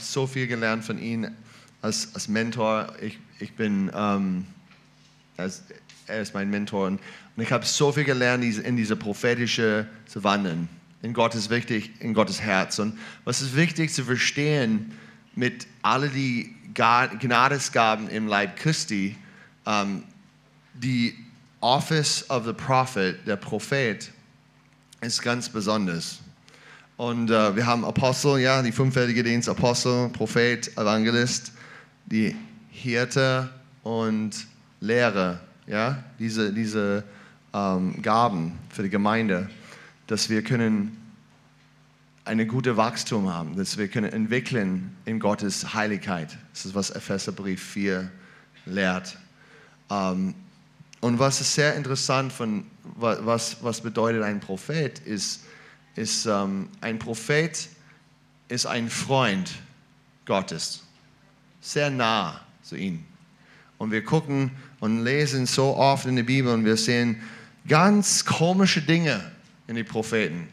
so viel gelernt von ihm als, als Mentor. Ich, ich bin, ähm, als, er ist mein Mentor und, und ich habe so viel gelernt diese- in diese prophetische zu wandeln. In Gott ist wichtig, in Gottes Herz. Und was ist wichtig zu verstehen mit all die Ga- Gnadesgaben im Leib Christi, ähm, die Office of the Prophet, der Prophet, ist ganz besonders. Und äh, wir haben Apostel, ja, die fünffältige Dienst, Apostel, Prophet, Evangelist, die Hirte und Lehrer, ja, diese, diese ähm, Gaben für die Gemeinde, dass wir können eine gute Wachstum haben, dass wir können entwickeln in Gottes Heiligkeit. Das ist, was Epheserbrief 4 lehrt. Ähm, und was ist sehr interessant von wa- was, was bedeutet ein Prophet ist, ist ähm, ein Prophet ist ein Freund Gottes, sehr nah zu ihm. Und wir gucken und lesen so oft in der Bibel und wir sehen ganz komische Dinge in den Propheten.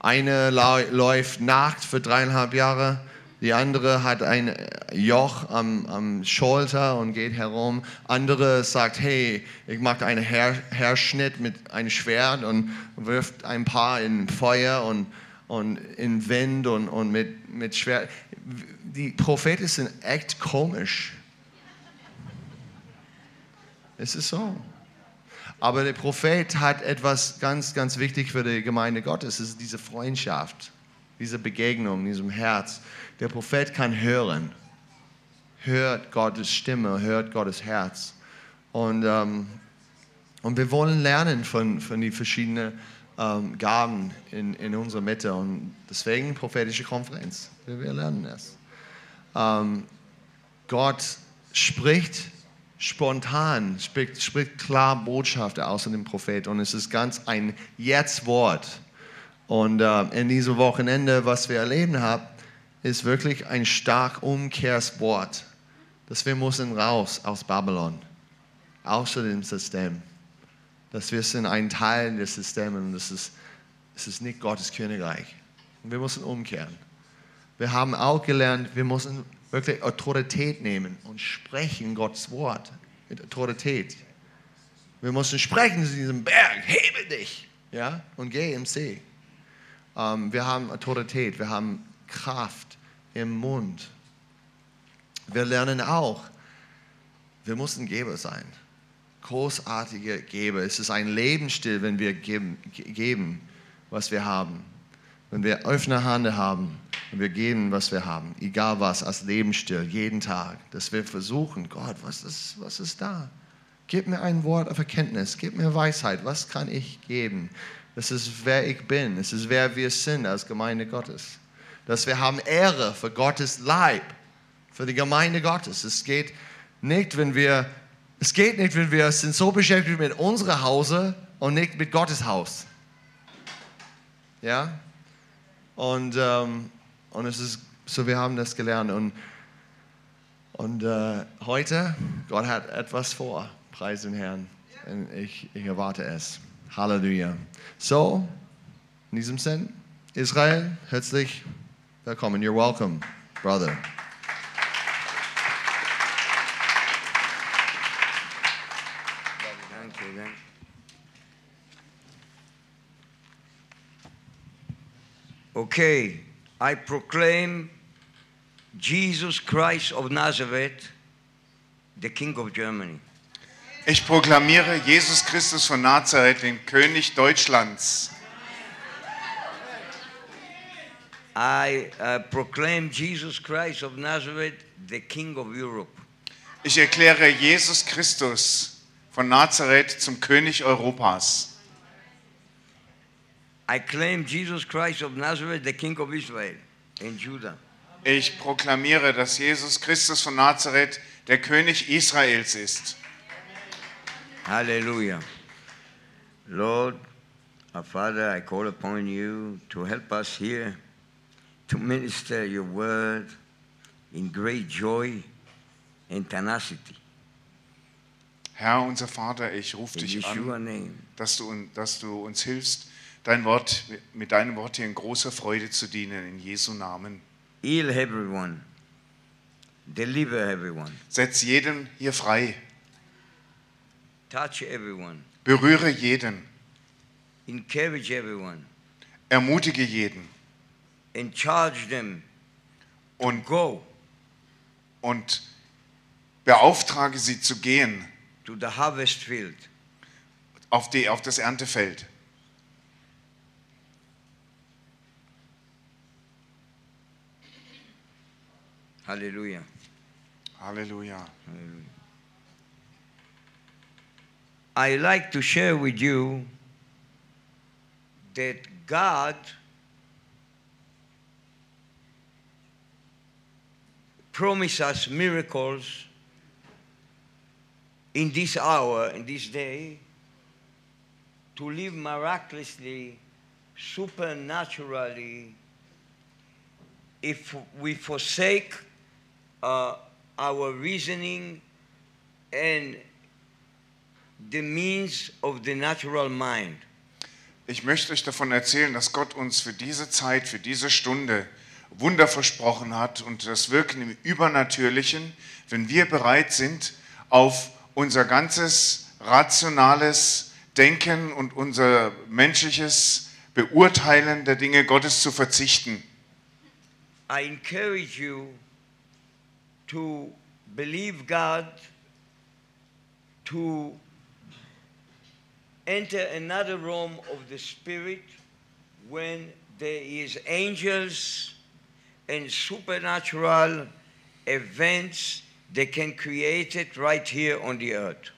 Eine lau- läuft nackt für dreieinhalb Jahre, die andere hat ein Joch am, am Schulter und geht herum. Andere sagt, hey, ich mache einen Her Herschnitt mit einem Schwert und wirft ein paar in Feuer und, und in Wind und, und mit, mit Schwert. Die Propheten sind echt komisch. Es ist so. Aber der Prophet hat etwas ganz, ganz wichtig für die Gemeinde Gottes. Es ist diese Freundschaft, diese Begegnung, diesem Herz. Der Prophet kann hören. Hört Gottes Stimme, hört Gottes Herz. Und, ähm, und wir wollen lernen von, von den verschiedenen ähm, Gaben in, in unserer Mitte. Und deswegen prophetische Konferenz. Wir, wir lernen das. Ähm, Gott spricht spontan, spricht, spricht klar Botschaften aus an den Prophet und es ist ganz ein Jetzt-Wort. Und äh, in diesem Wochenende, was wir erleben haben, ist wirklich ein stark Umkehrswort, dass wir müssen raus aus Babylon, aus dem System, dass wir sind ein Teil des Systems und es ist, es ist nicht Gottes Königreich. Und wir müssen umkehren. Wir haben auch gelernt, wir müssen wirklich Autorität nehmen und sprechen Gottes Wort mit Autorität. Wir müssen sprechen zu diesem Berg, hebe dich, ja, und geh im See. Ähm, wir haben Autorität, wir haben Kraft im Mund. Wir lernen auch, wir müssen Geber sein. Großartige Geber. Es ist ein Lebensstil, wenn wir geben, ge- geben was wir haben. Wenn wir offene Hände haben und wir geben, was wir haben, egal was, als Lebensstil, jeden Tag, dass wir versuchen, Gott, was ist, was ist da? Gib mir ein Wort auf Erkenntnis, gib mir Weisheit, was kann ich geben? Das ist, wer ich bin, das ist, wer wir sind als Gemeinde Gottes. Dass wir haben Ehre für Gottes Leib, für die Gemeinde Gottes. Es geht nicht, wenn wir, es geht nicht, wenn wir sind so beschäftigt mit unserem Hause und nicht mit Gottes Haus. Ja? Und, ähm, und es ist so, wir haben das gelernt. Und, und äh, heute, Gott hat etwas vor, preis den Herrn. Und ich, ich erwarte es. Halleluja. So, in diesem Sinn, Israel, herzlich willkommen. You're welcome, brother. Danke, danke. Okay, I proclaim Jesus Christ of Nazareth, the King of Germany. Ich proklamiere Jesus Christus von Nazareth, den König Deutschlands. I uh, proclaim Jesus Christ of Nazareth, the King of Europe. Ich erkläre Jesus Christus von Nazareth zum König Europas. I claim Jesus Christ of Nazareth, the King of Israel and Judah. Ich proklamiere, dass Jesus Christus von Nazareth der König Israels ist. Hallelujah. Lord, our Father, I call upon you to help us here to minister your word in great joy and tenacity. Herr, unser Vater, ich rufe In dich an, Yeshua name. dass du, un- dass du uns hilfst, dein Wort, mit deinem Wort hier in großer Freude zu dienen, in Jesu Namen. heal everyone, deliver everyone, Setz jeden hier frei. touch everyone, Berühre jeden. encourage everyone, Ermutige jeden. and charge them Und, go und beauftrage sie zu gehen to the harvest field. auf, die, auf das Erntefeld. Hallelujah. Halleluja. I like to share with you that God promised us miracles in this hour, in this day, to live miraculously, supernaturally, if we forsake uh, our reasoning and the means of the natural mind. Ich möchte euch davon erzählen, dass Gott uns für diese Zeit, für diese Stunde Wunder versprochen hat und das Wirken im Übernatürlichen, wenn wir bereit sind, auf unser ganzes rationales Denken und unser menschliches Beurteilen der Dinge Gottes zu verzichten. I encourage you to believe God, to enter another realm of the Spirit when there is angels and supernatural events that can create it right here on the earth.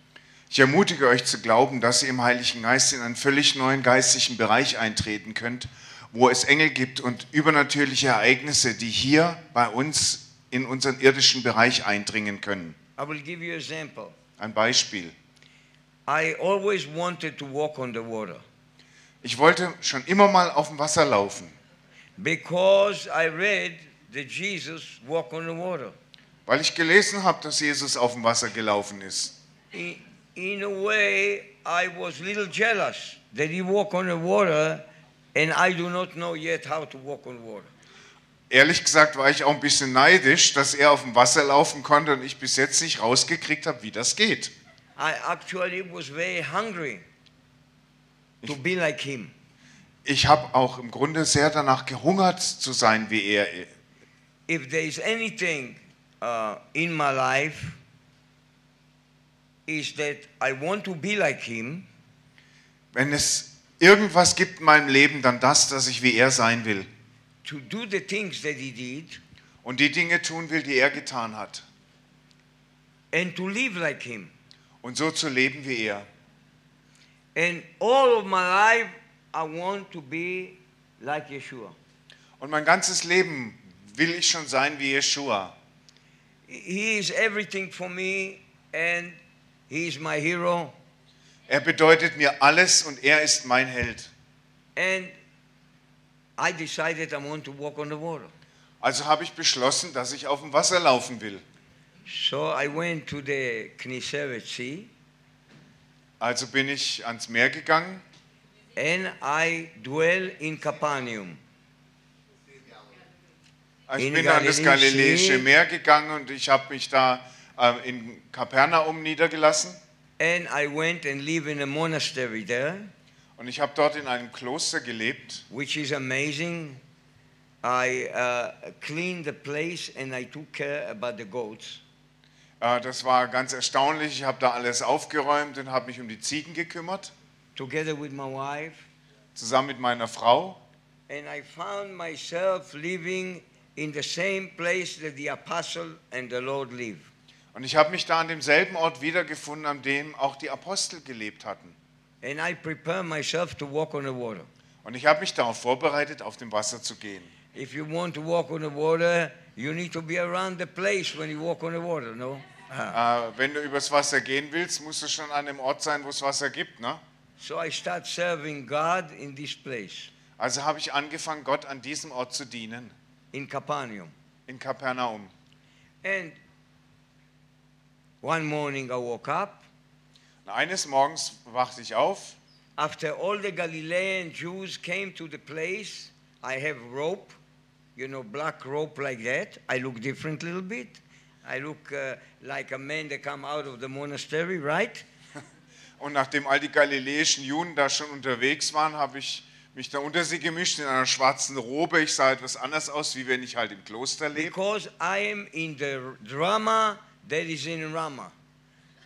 Ich ermutige euch zu glauben, dass ihr im Heiligen Geist in einen völlig neuen geistlichen Bereich eintreten könnt, wo es Engel gibt und übernatürliche Ereignisse, die hier bei uns in unseren irdischen Bereich eindringen können. I will give you an example. Ein Beispiel. I always wanted to walk on the water Ich wollte schon immer mal auf dem Wasser laufen, because I read that Jesus walked on the water. weil ich gelesen habe, dass Jesus auf dem Wasser gelaufen ist. In, in a way, I was a little jealous that he walked on the water and I do not know yet how to walk on water. Ehrlich gesagt war ich auch ein bisschen neidisch, dass er auf dem Wasser laufen konnte und ich bis jetzt nicht rausgekriegt habe, wie das geht. I actually was very hungry to be like him. Ich habe auch im Grunde sehr danach gehungert zu sein wie er. If there is anything uh, in my life, is that I want to be like him. Wenn es irgendwas gibt in meinem Leben, dann das, dass ich wie er sein will to do the things that he did und die Dinge tun will, die er getan hat and to live like him. und so zu leben wie er. And all of my life, I want to be like Yeshua. Und mein ganzes Leben will ich schon sein wie Yeshua. He is everything for me, and he is my hero. Er bedeutet mir alles und er ist mein Held. And I decided I want to walk on the water. Also habe ich beschlossen, dass ich auf dem Wasser laufen will. So I went to the Kniseret Sea, Also bin ich ans Meer gegangen and I dwell in Capernaum. Ich In bin an das Galiläische- Galiläische Meer gegangen und ich habe mich da äh, in Kapernaum niedergelassen. And I went and live in a monastery there. Und ich habe dort in einem Kloster gelebt. which is amazing. I uh, cleaned the place and I took care about the goats. Äh, Das war ganz erstaunlich. Ich habe da alles aufgeräumt und habe mich um die Ziegen gekümmert, Together with my wife, zusammen mit meiner Frau. and I found myself living in the same place that the apostle and the Lord live. Und ich habe mich da an demselben Ort wiedergefunden, an dem auch die Apostel gelebt hatten. And I prepared myself to walk on the water. Und ich habe mich darauf vorbereitet, auf dem Wasser zu gehen. If you want to walk on the water, you need to be around the place when you walk on the water, no? Äh, wenn du übers Wasser gehen willst, musst du schon an dem Ort sein, wo es Wasser gibt. Ne? So I start serving God in this place, Also habe ich angefangen, Gott an diesem Ort zu dienen, in Capernaum. in Kapernaum. And one morning I woke up Und eines Morgens wachte ich auf. After all the Galilean Jews came to the place, I have rope, you know, black robe like that. I look different a little bit. I look uh, like a man that come out of the monastery, right? Und nachdem all die galiläischen Juden da schon unterwegs waren, habe ich mich da unter sie gemischt in einer schwarzen Robe. Ich sah etwas anders aus, wie wenn ich halt im Kloster lebe. Because I am in the drama that is in Rama.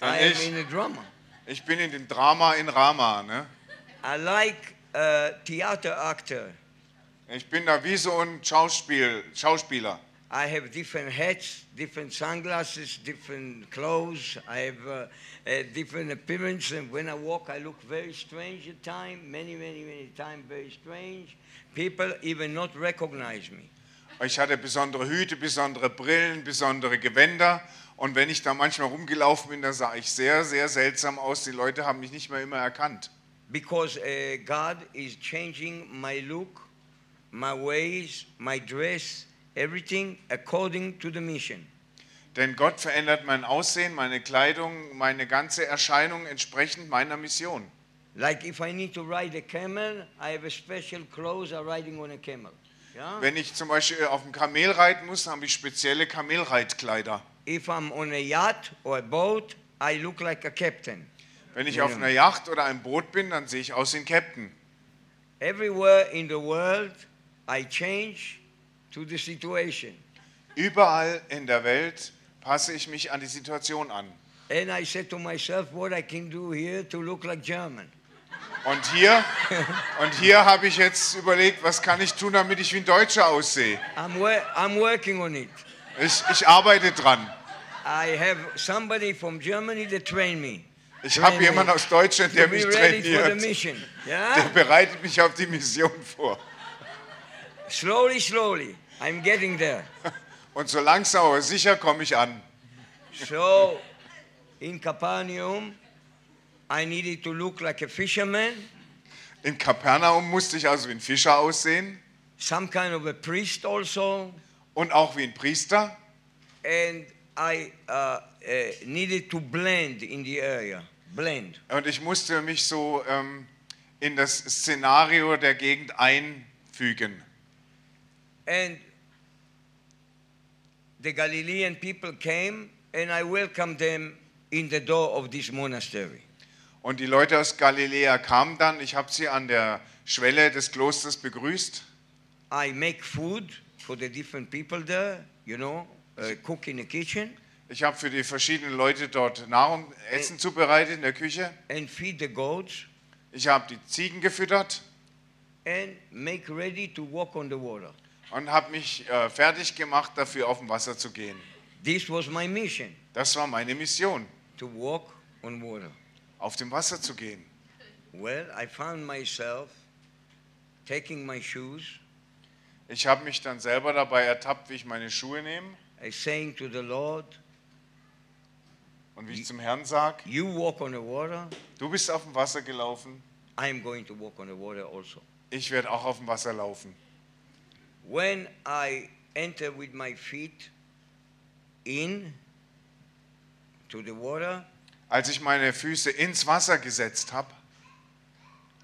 I am Nice. in the drama. Ich bin in dem Drama in Rama. Ne? I like uh, theater actor. Ich bin da wie so ein Schauspiel, Schauspieler. I have different hats, different sunglasses, different clothes. I have uh, a different appearance, and when I walk, I look very strange at times, many, many, many times very strange. People even not recognize me. Ich hatte besondere Hüte, besondere Brillen, besondere Gewänder. Und wenn ich da manchmal rumgelaufen bin, da sah ich sehr, sehr seltsam aus. Die Leute haben mich nicht mehr immer erkannt. because uh, God is changing my look, my ways, my dress, everything according to the mission. Denn Gott verändert mein Aussehen, meine Kleidung, meine ganze Erscheinung entsprechend meiner Mission. Like if I need to ride a camel, I have a special clothes I'm riding on a camel. Yeah? Wenn ich zum Beispiel auf dem Kamel reiten muss, dann habe ich spezielle Kamelreitkleider. if I'm on a yacht or a boat, I look like a captain. Wenn ich Ja, auf ja. einer Yacht oder einem Boot bin, dann sehe ich aus wie ein Captain. Everywhere in the world, I change to the situation. Überall in der Welt passe ich mich an die Situation an. And I said to myself, what I can do here to look like German. Und hier, und hier habe ich jetzt überlegt, was kann ich tun, damit ich wie ein Deutscher aussehe. I'm, wor- I'm working on it. Ich, ich arbeite dran. I have somebody from Germany that trained me. Ich habe Train jemanden me aus Deutschland, der to be mich ready for the trainiert. mission. Der Yeah? bereitet mich auf die Mission vor. slowly, slowly, I'm getting there. Und so langsam aber sicher komme ich an. So, in Capernaum, I needed to look like a fisherman, In Kapernaum musste ich also wie ein Fischer aussehen some kind of a priest also, und auch wie ein Priester. and I uh, uh, needed to blend in the area. Blend. Und ich musste mich so ähm, in das Szenario der Gegend einfügen. And the Galilean people came, and I welcomed them in the door of this monastery. Und die Leute aus Galiläa kamen dann. Ich habe sie an der Schwelle des Klosters begrüßt. I make food for the different people there, you know, uh, cook in the kitchen Ich habe für die verschiedenen Leute dort Nahrung, Essen zubereitet in der Küche. and feed the goats Ich habe die Ziegen gefüttert and make ready to walk on the water. und habe mich äh, fertig gemacht, dafür auf dem Wasser zu gehen. This was my mission Das war meine Mission, to walk on water. auf dem Wasser zu gehen. Well, I found myself taking my shoes Ich habe mich dann selber dabei ertappt, wie ich meine Schuhe nehme and saying to the Lord, und wie ich zum Herrn sage, You walk on the water, du bist auf dem Wasser gelaufen, I am going to walk on the water also. ich werde auch auf dem Wasser laufen. When I enter with my feet in to the water, Als ich meine Füße ins Wasser gesetzt habe,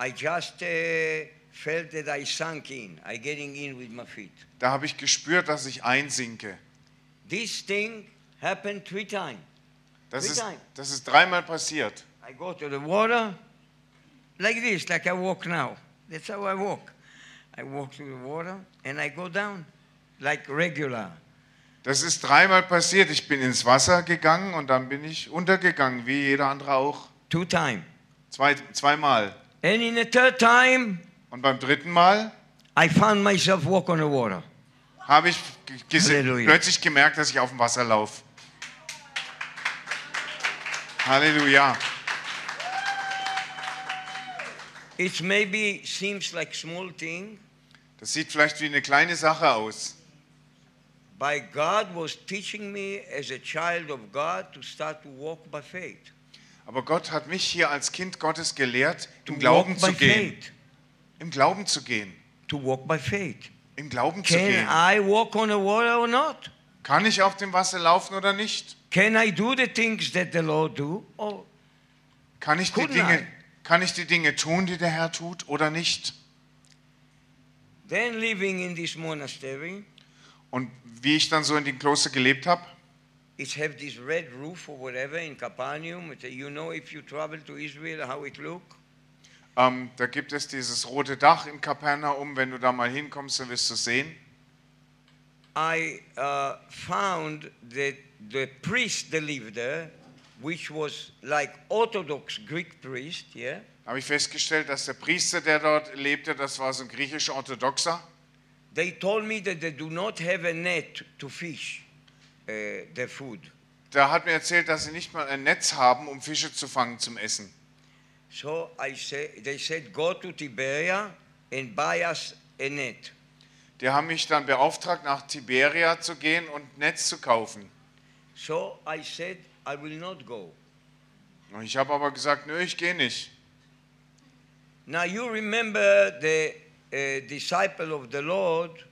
I just uh, felt that I sunk in. I getting in with my feet. da habe ich gespürt, dass ich einsinke. This thing happened three times. Das Wie ist, dein? das ist dreimal passiert. I go to the water like this, like I walk now. That's how I walk. I walk to the water and I go down like regular. Das ist dreimal passiert. Ich bin ins Wasser gegangen und dann bin ich untergegangen, wie jeder andere auch. Two times. Zwei, zweimal. And in the third time, Und beim dritten Mal I found myself walk on the water. habe ich ge- gese- Halleluja. plötzlich gemerkt, dass ich auf dem Wasser laufe. Halleluja. It maybe seems like small thing, Das sieht vielleicht wie eine kleine Sache aus. but God was teaching me as a child of God to start to walk by faith. Aber Gott hat mich hier als Kind Gottes gelehrt, to im Glauben walk by zu gehen. faith. Im Glauben zu gehen. To walk by faith. Im Glauben zu Can gehen. I walk on the water or not? Kann ich auf dem Wasser laufen oder nicht? Can I do the things that the Lord do? Or Kann ich die Couldn't I? Dinge, kann ich die Dinge tun, die der Herr tut oder nicht? then living in this monastery, Und wie ich dann so in den Kloster gelebt habe, It have this red roof or whatever in Capernaum. It- You know, if you travel to Israel, how it look. ähm, da gibt es dieses rote Dach in Kapernaum. Wenn du da mal hinkommst, dann wirst du es sehen. I uh, found that the priest that lived there, which was like Orthodox Greek priest, yeah, Da habe ich festgestellt, dass der Priester, der dort lebte, das war so ein griechischer Orthodoxer. they told me that they do not have a net to fish uh, their food. Der hat mir erzählt, dass sie nicht mal ein Netz haben, um Fische zu fangen zum Essen. So I said, they said, go to Tiberia and buy us a net. Die haben mich dann beauftragt, nach Tiberia zu gehen und Netz zu kaufen. So I said, I will not go. Und ich habe aber gesagt, nö, ich gehe nicht. Now you remember the uh, disciple of the Lord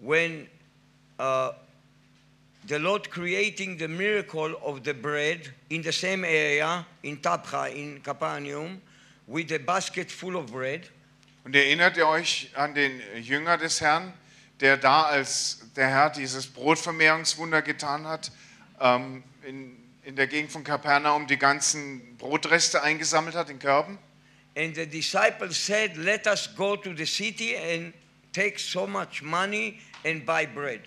when uh, the Lord creating the miracle of the bread in the same area in Tapcha in Capernaum with a basket full of bread. Und erinnert ihr euch an den Jünger des Herrn, der da, als der Herr dieses Brotvermehrungswunder getan hat, ähm, in, in der Gegend von Kapernaum die ganzen Brotreste eingesammelt hat in Körben? And the disciples said, Let us go to the city and take so much money and buy bread.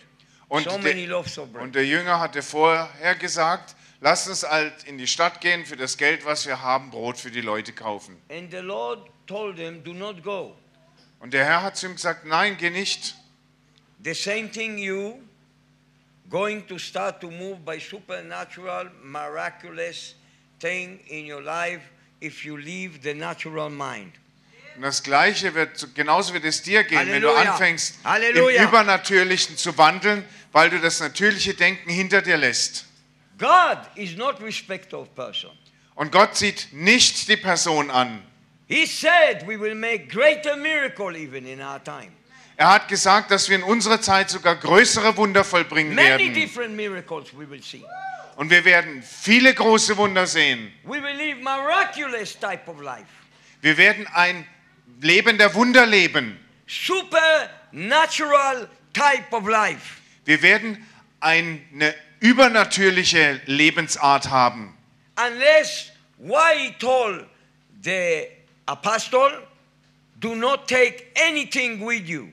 Und, so many der, loaves of bread. und der Jünger hatte vorher gesagt, lasst uns halt in die Stadt gehen, für das Geld, was wir haben, Brot für die Leute kaufen. and the Lord told them, Do not go. Und der Herr hat zu ihm gesagt, nein, geh nicht. The same thing you going to start to move by supernatural, miraculous thing in your life if you leave the natural mind. Und das Gleiche wird, zu- genauso wird es dir gehen, wenn du Halleluja. anfängst, Halleluja. im Übernatürlichen zu wandeln, weil du das natürliche Denken hinter dir lässt. God is not respect of person. Und Gott sieht nicht die Person an. He said we will make greater miracle even in our time. Er hat gesagt, dass wir in unserer Zeit sogar größere Wunder vollbringen Many werden. different miracles we will see. Und wir werden viele große Wunder sehen. We will live miraculous type of life. Wir werden ein Leben der Wunder leben. Supernatural type of life. Wir werden eine übernatürliche Lebensart haben. unless why he told the apostle do not take anything with you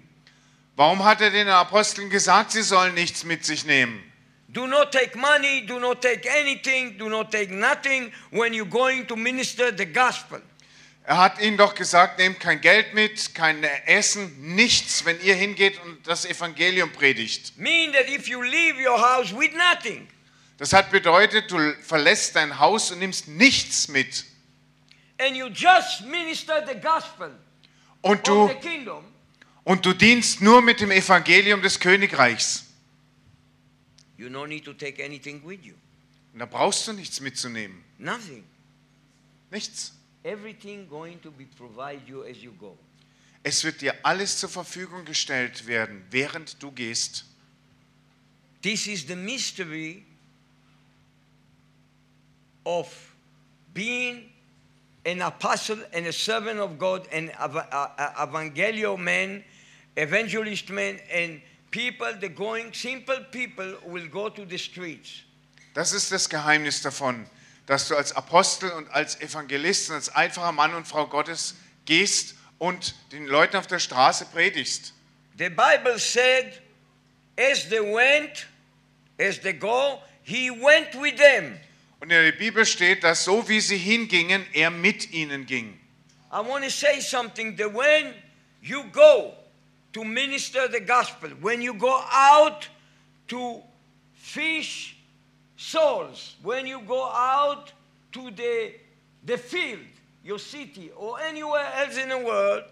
Warum hat er den Aposteln gesagt, sie sollen nichts mit sich nehmen? do not take money do not take anything do not take nothing when you're going to minister the gospel Er hat ihnen doch gesagt, nehmt kein Geld mit, kein Essen, nichts, wenn ihr hingeht und das Evangelium predigt. mean that if you leave your house with nothing Das hat bedeutet, du verlässt dein Haus und nimmst nichts mit. and you just minister the gospel Und of du, the kingdom und du dienst nur mit dem Evangelium des Königreichs. you don't need to take anything with you Und da brauchst du nichts mitzunehmen. nothing Nichts. everything going to be provided you as you go Es wird dir alles zur Verfügung gestellt werden, während du gehst. This is the mystery of being an apostle and a servant of God and ev- uh, uh, evangelio man, evangelist man, and people, the going, simple people will go to the streets. Das ist das Geheimnis davon, dass du als Apostel und als Evangelist und als einfacher Mann und Frau Gottes gehst und den Leuten auf der Straße predigst. The Bible said, as they went, as they go, he went with them. Und in der Bibel steht, dass so wie sie hingingen, er mit ihnen ging. I want to say something that when you go to minister the gospel, when you go out to fish souls, when you go out to the, the field, your city, or anywhere else in the world,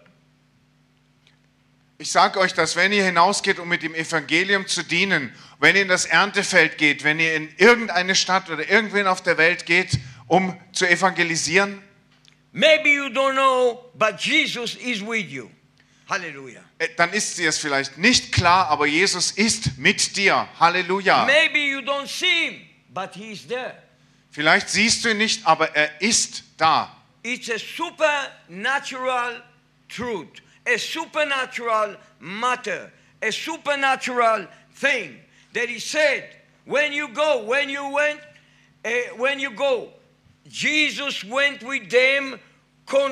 Ich sage euch, dass wenn ihr hinausgeht, um mit dem Evangelium zu dienen, wenn ihr in das Erntefeld geht, wenn ihr in irgendeine Stadt oder irgendwen auf der Welt geht, um zu evangelisieren, maybe you don't know, but Jesus is with you. Hallelujah. äh, dann ist dir es vielleicht nicht klar, aber Jesus ist mit dir. Halleluja. Maybe you don't see him, but he is there. Vielleicht siehst du ihn nicht, aber er ist da. It's a supernatural truth, a supernatural matter, a supernatural thing that he said, when you go, when you went, uh, when you go, Jesus went with them,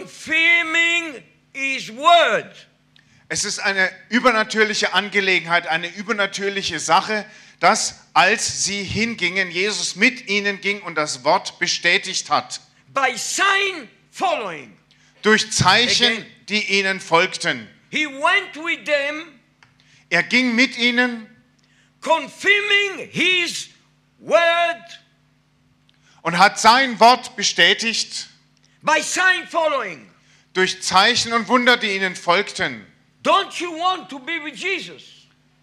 confirming his word. Es ist eine übernatürliche Angelegenheit, eine übernatürliche Sache, dass als sie hingingen, Jesus mit ihnen ging und das Wort bestätigt hat. By sign following, Durch Zeichen, Again. die ihnen folgten. he went with them, Er ging mit ihnen confirming his word. und hat sein Wort bestätigt By sign following. durch Zeichen und Wunder, die ihnen folgten. Don't you want to be with Jesus?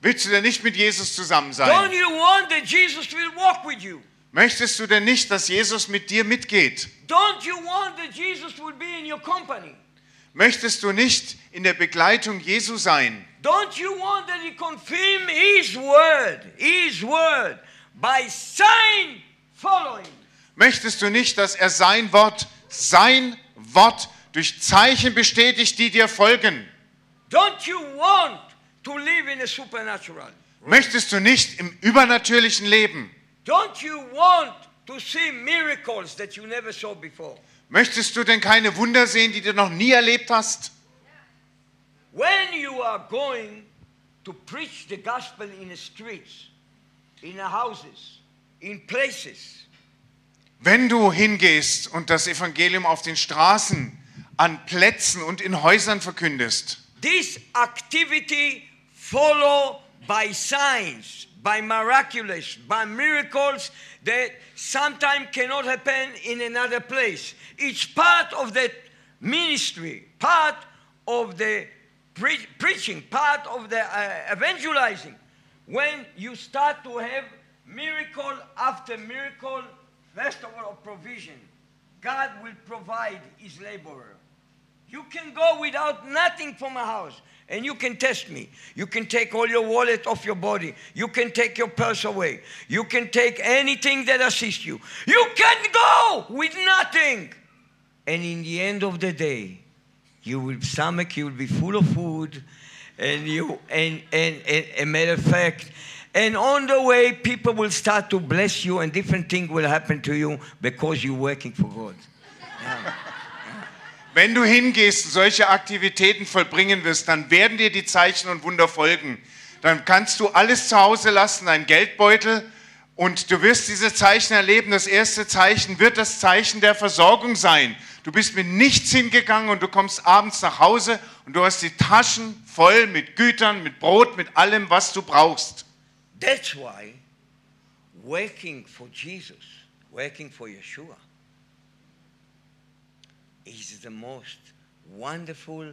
Willst du denn nicht mit Jesus zusammen Don't sein? you want that Jesus will walk with you? Möchtest du denn nicht, dass Jesus mit dir mitgeht? Don't you want that Jesus will be in your company? Möchtest du nicht in der Begleitung Jesu sein? Don't you want that he confirm his word, his word, by sign following? Möchtest du nicht, dass er sein Wort, sein Wort durch Zeichen bestätigt, die dir folgen? Don't you want to live in a supernatural? Möchtest du nicht im übernatürlichen Leben? Don't you want to see miracles that you never saw before? Möchtest du denn keine Wunder sehen, die du noch nie erlebt hast? When you are going to preach the gospel in the streets, in the houses, in places, Wenn du hingehst und das Evangelium auf den Straßen, an Plätzen und in Häusern verkündest, this activity follow by signs, by miraculous, by miracles that sometimes cannot happen in another place. It's part of the ministry, part of the pre- preaching, part of the uh, evangelizing. When you start to have miracle after miracle, festival of provision, God will provide his laborer. You can go without nothing from my house and you can test me. You can take all your wallet off your body. You can take your purse away. You can take anything that assists you. You can go with nothing. And in the end of the day, you will stomach, you will be full of food, and you and and, and a matter of fact, and on the way people will start to bless you and different things will happen to you because you're working for God. wenn du hingehst und solche Aktivitäten vollbringen wirst, dann werden dir die Zeichen und Wunder folgen. Dann kannst du alles zu Hause lassen, deinen Geldbeutel, und du wirst diese Zeichen erleben. Das erste Zeichen wird das Zeichen der Versorgung sein. Du bist mit nichts hingegangen und du kommst abends nach Hause und du hast die Taschen voll mit Gütern, mit Brot, mit allem, was du brauchst. That's why working for Jesus, working for Yeshua, is the most wonderful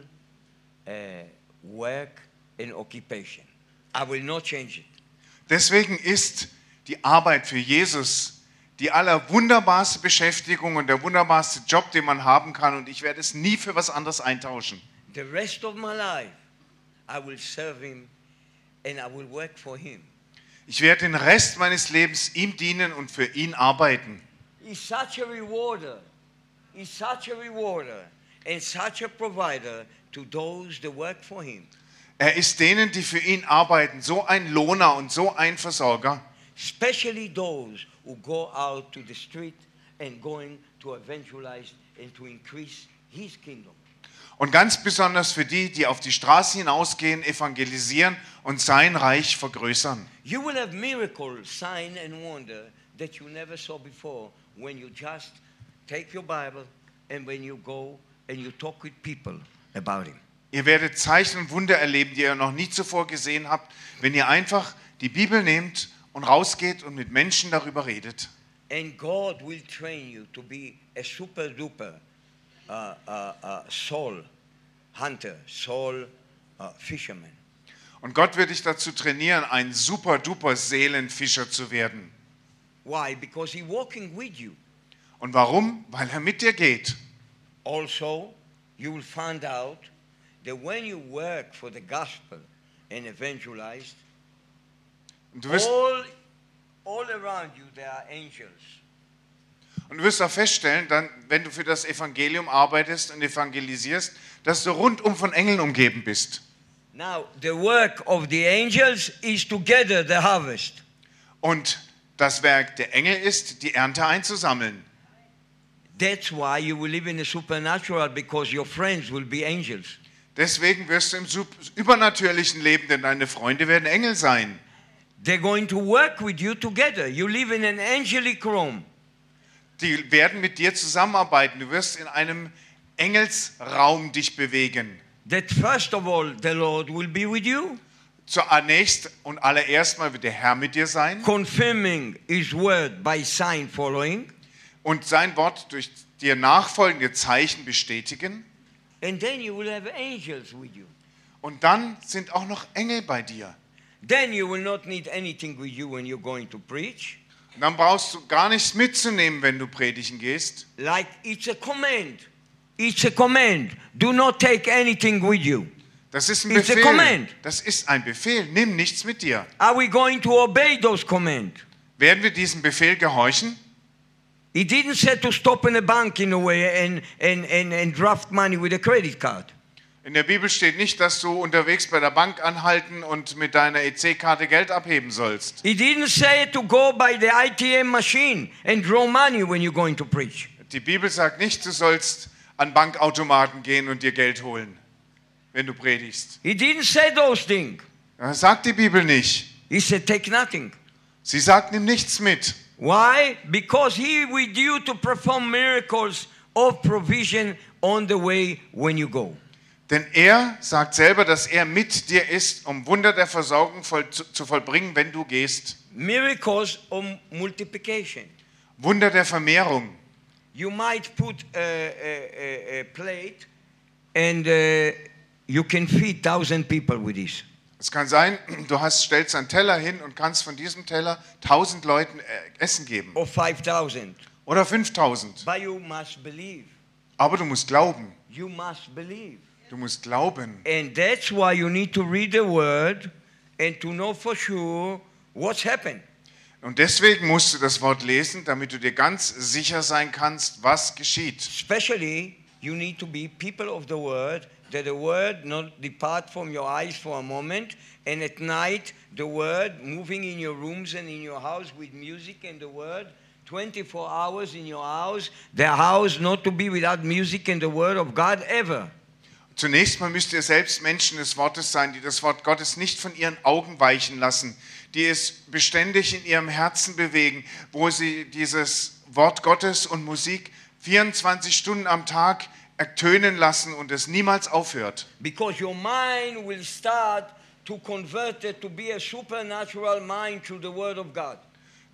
uh, work and occupation. I will not change it. Deswegen ist die Arbeit für Jesus die allerwunderbarste Beschäftigung und der wunderbarste Job, den man haben kann. Und ich werde es nie für was anderes eintauschen. The rest of my life, I will serve Him and I will work for Him. Ich werde den Rest meines Lebens ihm dienen und für ihn arbeiten. He's such a rewarder. He's such a rewarder and such a provider to those that work for Him. Er ist denen, die für ihn arbeiten, so ein Lohner und so ein Versorger. especially those who go out to the street and going to evangelize and to increase his kingdom. Und ganz besonders für die, die auf die Straße hinausgehen, evangelisieren und sein Reich vergrößern. You will have miracles, sign and wonder that you never saw before when you just take your Bible and when you go and you talk with people about him. Ihr werdet Zeichen und Wunder erleben, die ihr noch nie zuvor gesehen habt, wenn ihr einfach die Bibel nehmt und rausgeht und mit Menschen darüber redet. And God will train you to be a super duper uh, uh, uh, soul hunter, soul uh, fisherman. Und Gott wird dich dazu trainieren, ein super duper Seelenfischer zu werden. Why? Because he's walking with you. Und warum? Weil er mit dir geht. Also, you will find out that when you work for the gospel and evangelize, Und du wirst, all, all around you there are angels. und du wirst auch feststellen, dann, wenn du für das Evangelium arbeitest und evangelisierst, dass du rundum von Engeln umgeben bist. Now, the work of the angels is to gather the harvest. Und das Werk der Engel ist, die Ernte einzusammeln. That's why you will live in the supernatural because your friends will be angels. Deswegen wirst du im Sup- übernatürlichen Leben, denn deine Freunde werden Engel sein. They're going to work with you together. You live in an angelic realm. Die werden mit dir zusammenarbeiten. Du wirst in einem Engelsraum dich bewegen. That first of all, the Lord will be with you, Zunächst und allererst mal wird der Herr mit dir sein confirming His word by sign following, und sein Wort durch dir nachfolgende Zeichen bestätigen. and then you will have angels with you. Und dann sind auch noch Engel bei dir. Then you will not need anything with you when you're going to preach. Und dann brauchst du gar nichts mitzunehmen, wenn du predigen gehst. Like it's a command. It's a command. Do not take anything with you. Das ist ein It's a Befehl. command. Das ist ein Befehl. Nimm nichts mit dir. Are we going to obey those commands? Werden wir diesem Befehl gehorchen? He didn't say to stop in a bank in a way and, and, and, and draft money with a credit card. In der Bibel steht nicht, dass du unterwegs bei der Bank anhalten und mit deiner EC-Karte Geld abheben sollst. He didn't say to go by the ATM machine and draw money when you're going to preach. Die Bibel sagt nicht, du sollst an Bankautomaten gehen und dir Geld holen, wenn du predigst. He didn't say those things. Das sagt die Bibel nicht. He said take nothing. Sie sagt, nimm nichts mit. Why? Because he with you to perform miracles of provision on the way when you go. Denn er sagt selber, dass er mit dir ist, um Wunder der Versorgung voll, zu, zu vollbringen, wenn du gehst. Miracles of multiplication. Wunder der Vermehrung. You might put a, a, a, a plate and uh, you can feed thousand people with this. Es kann sein, du hast, stellst einen Teller hin und kannst von diesem Teller 1000 Leuten äh, Essen geben. or 5,000. Oder 5000. But you must believe. Aber du musst glauben. You must believe. Du musst glauben. And that's why you need to read the word and to know for sure what's happened. Und deswegen musst du das Wort lesen, damit du dir ganz sicher sein kannst, was geschieht. Especially, you need to be people of the word, that the word not depart from your eyes for a moment, and at night, the word moving in your rooms and in your house with music and the word. 24 hours in your house, the house not to be without music and the word of God ever. Zunächst mal müsst ihr selbst Menschen des Wortes sein, die das Wort Gottes nicht von ihren Augen weichen lassen, die es beständig in ihrem Herzen bewegen, wo sie dieses Wort Gottes und Musik 24 Stunden am Tag ertönen lassen und es niemals aufhört. because your mind will start to convert it to be a supernatural mind through the word of God.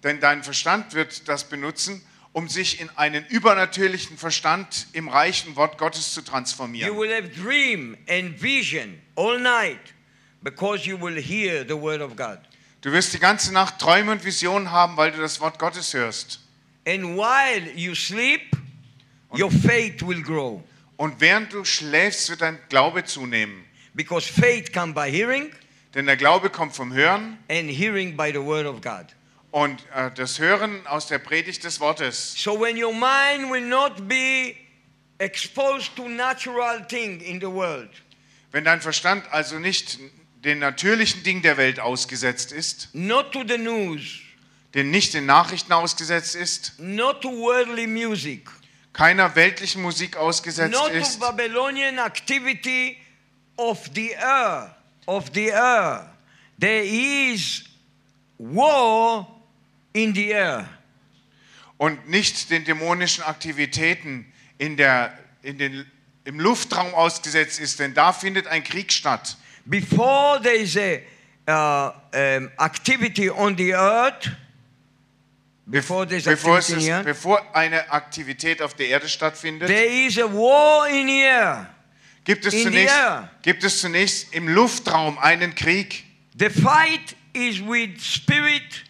Denn dein Verstand wird das benutzen, um sich in einen übernatürlichen Verstand im reichen Wort Gottes zu transformieren. You will have dream and vision all night because you will hear the word of God. Du wirst die ganze Nacht Träume und Visionen haben, weil du das Wort Gottes hörst. And while you sleep, your faith will grow Und während du schläfst, wird dein Glaube zunehmen. because faith comes by hearing Denn der Glaube kommt vom Hören and hearing by the word of God. und äh, das Hören aus der Predigt des Wortes. So when your mind will not be exposed to natural thing in the world, Wenn dein Verstand also nicht den natürlichen Dingen der Welt ausgesetzt ist, not to the news, den nicht den Nachrichten ausgesetzt ist, not to worldly music, keiner weltlichen Musik ausgesetzt not ist, to Babylonian activity of the earth, of the earth. There is war in the air. und nicht den dämonischen Aktivitäten in der, in den, im Luftraum ausgesetzt ist, denn da findet ein Krieg statt. Before there is a uh, um, activity on the earth, before there is bevor, es activity in ist, the earth, bevor eine Aktivität auf der Erde stattfindet, there is a war in the air. gibt es, in the zunächst, air. gibt es zunächst im Luftraum einen Krieg. The fight is with spirit,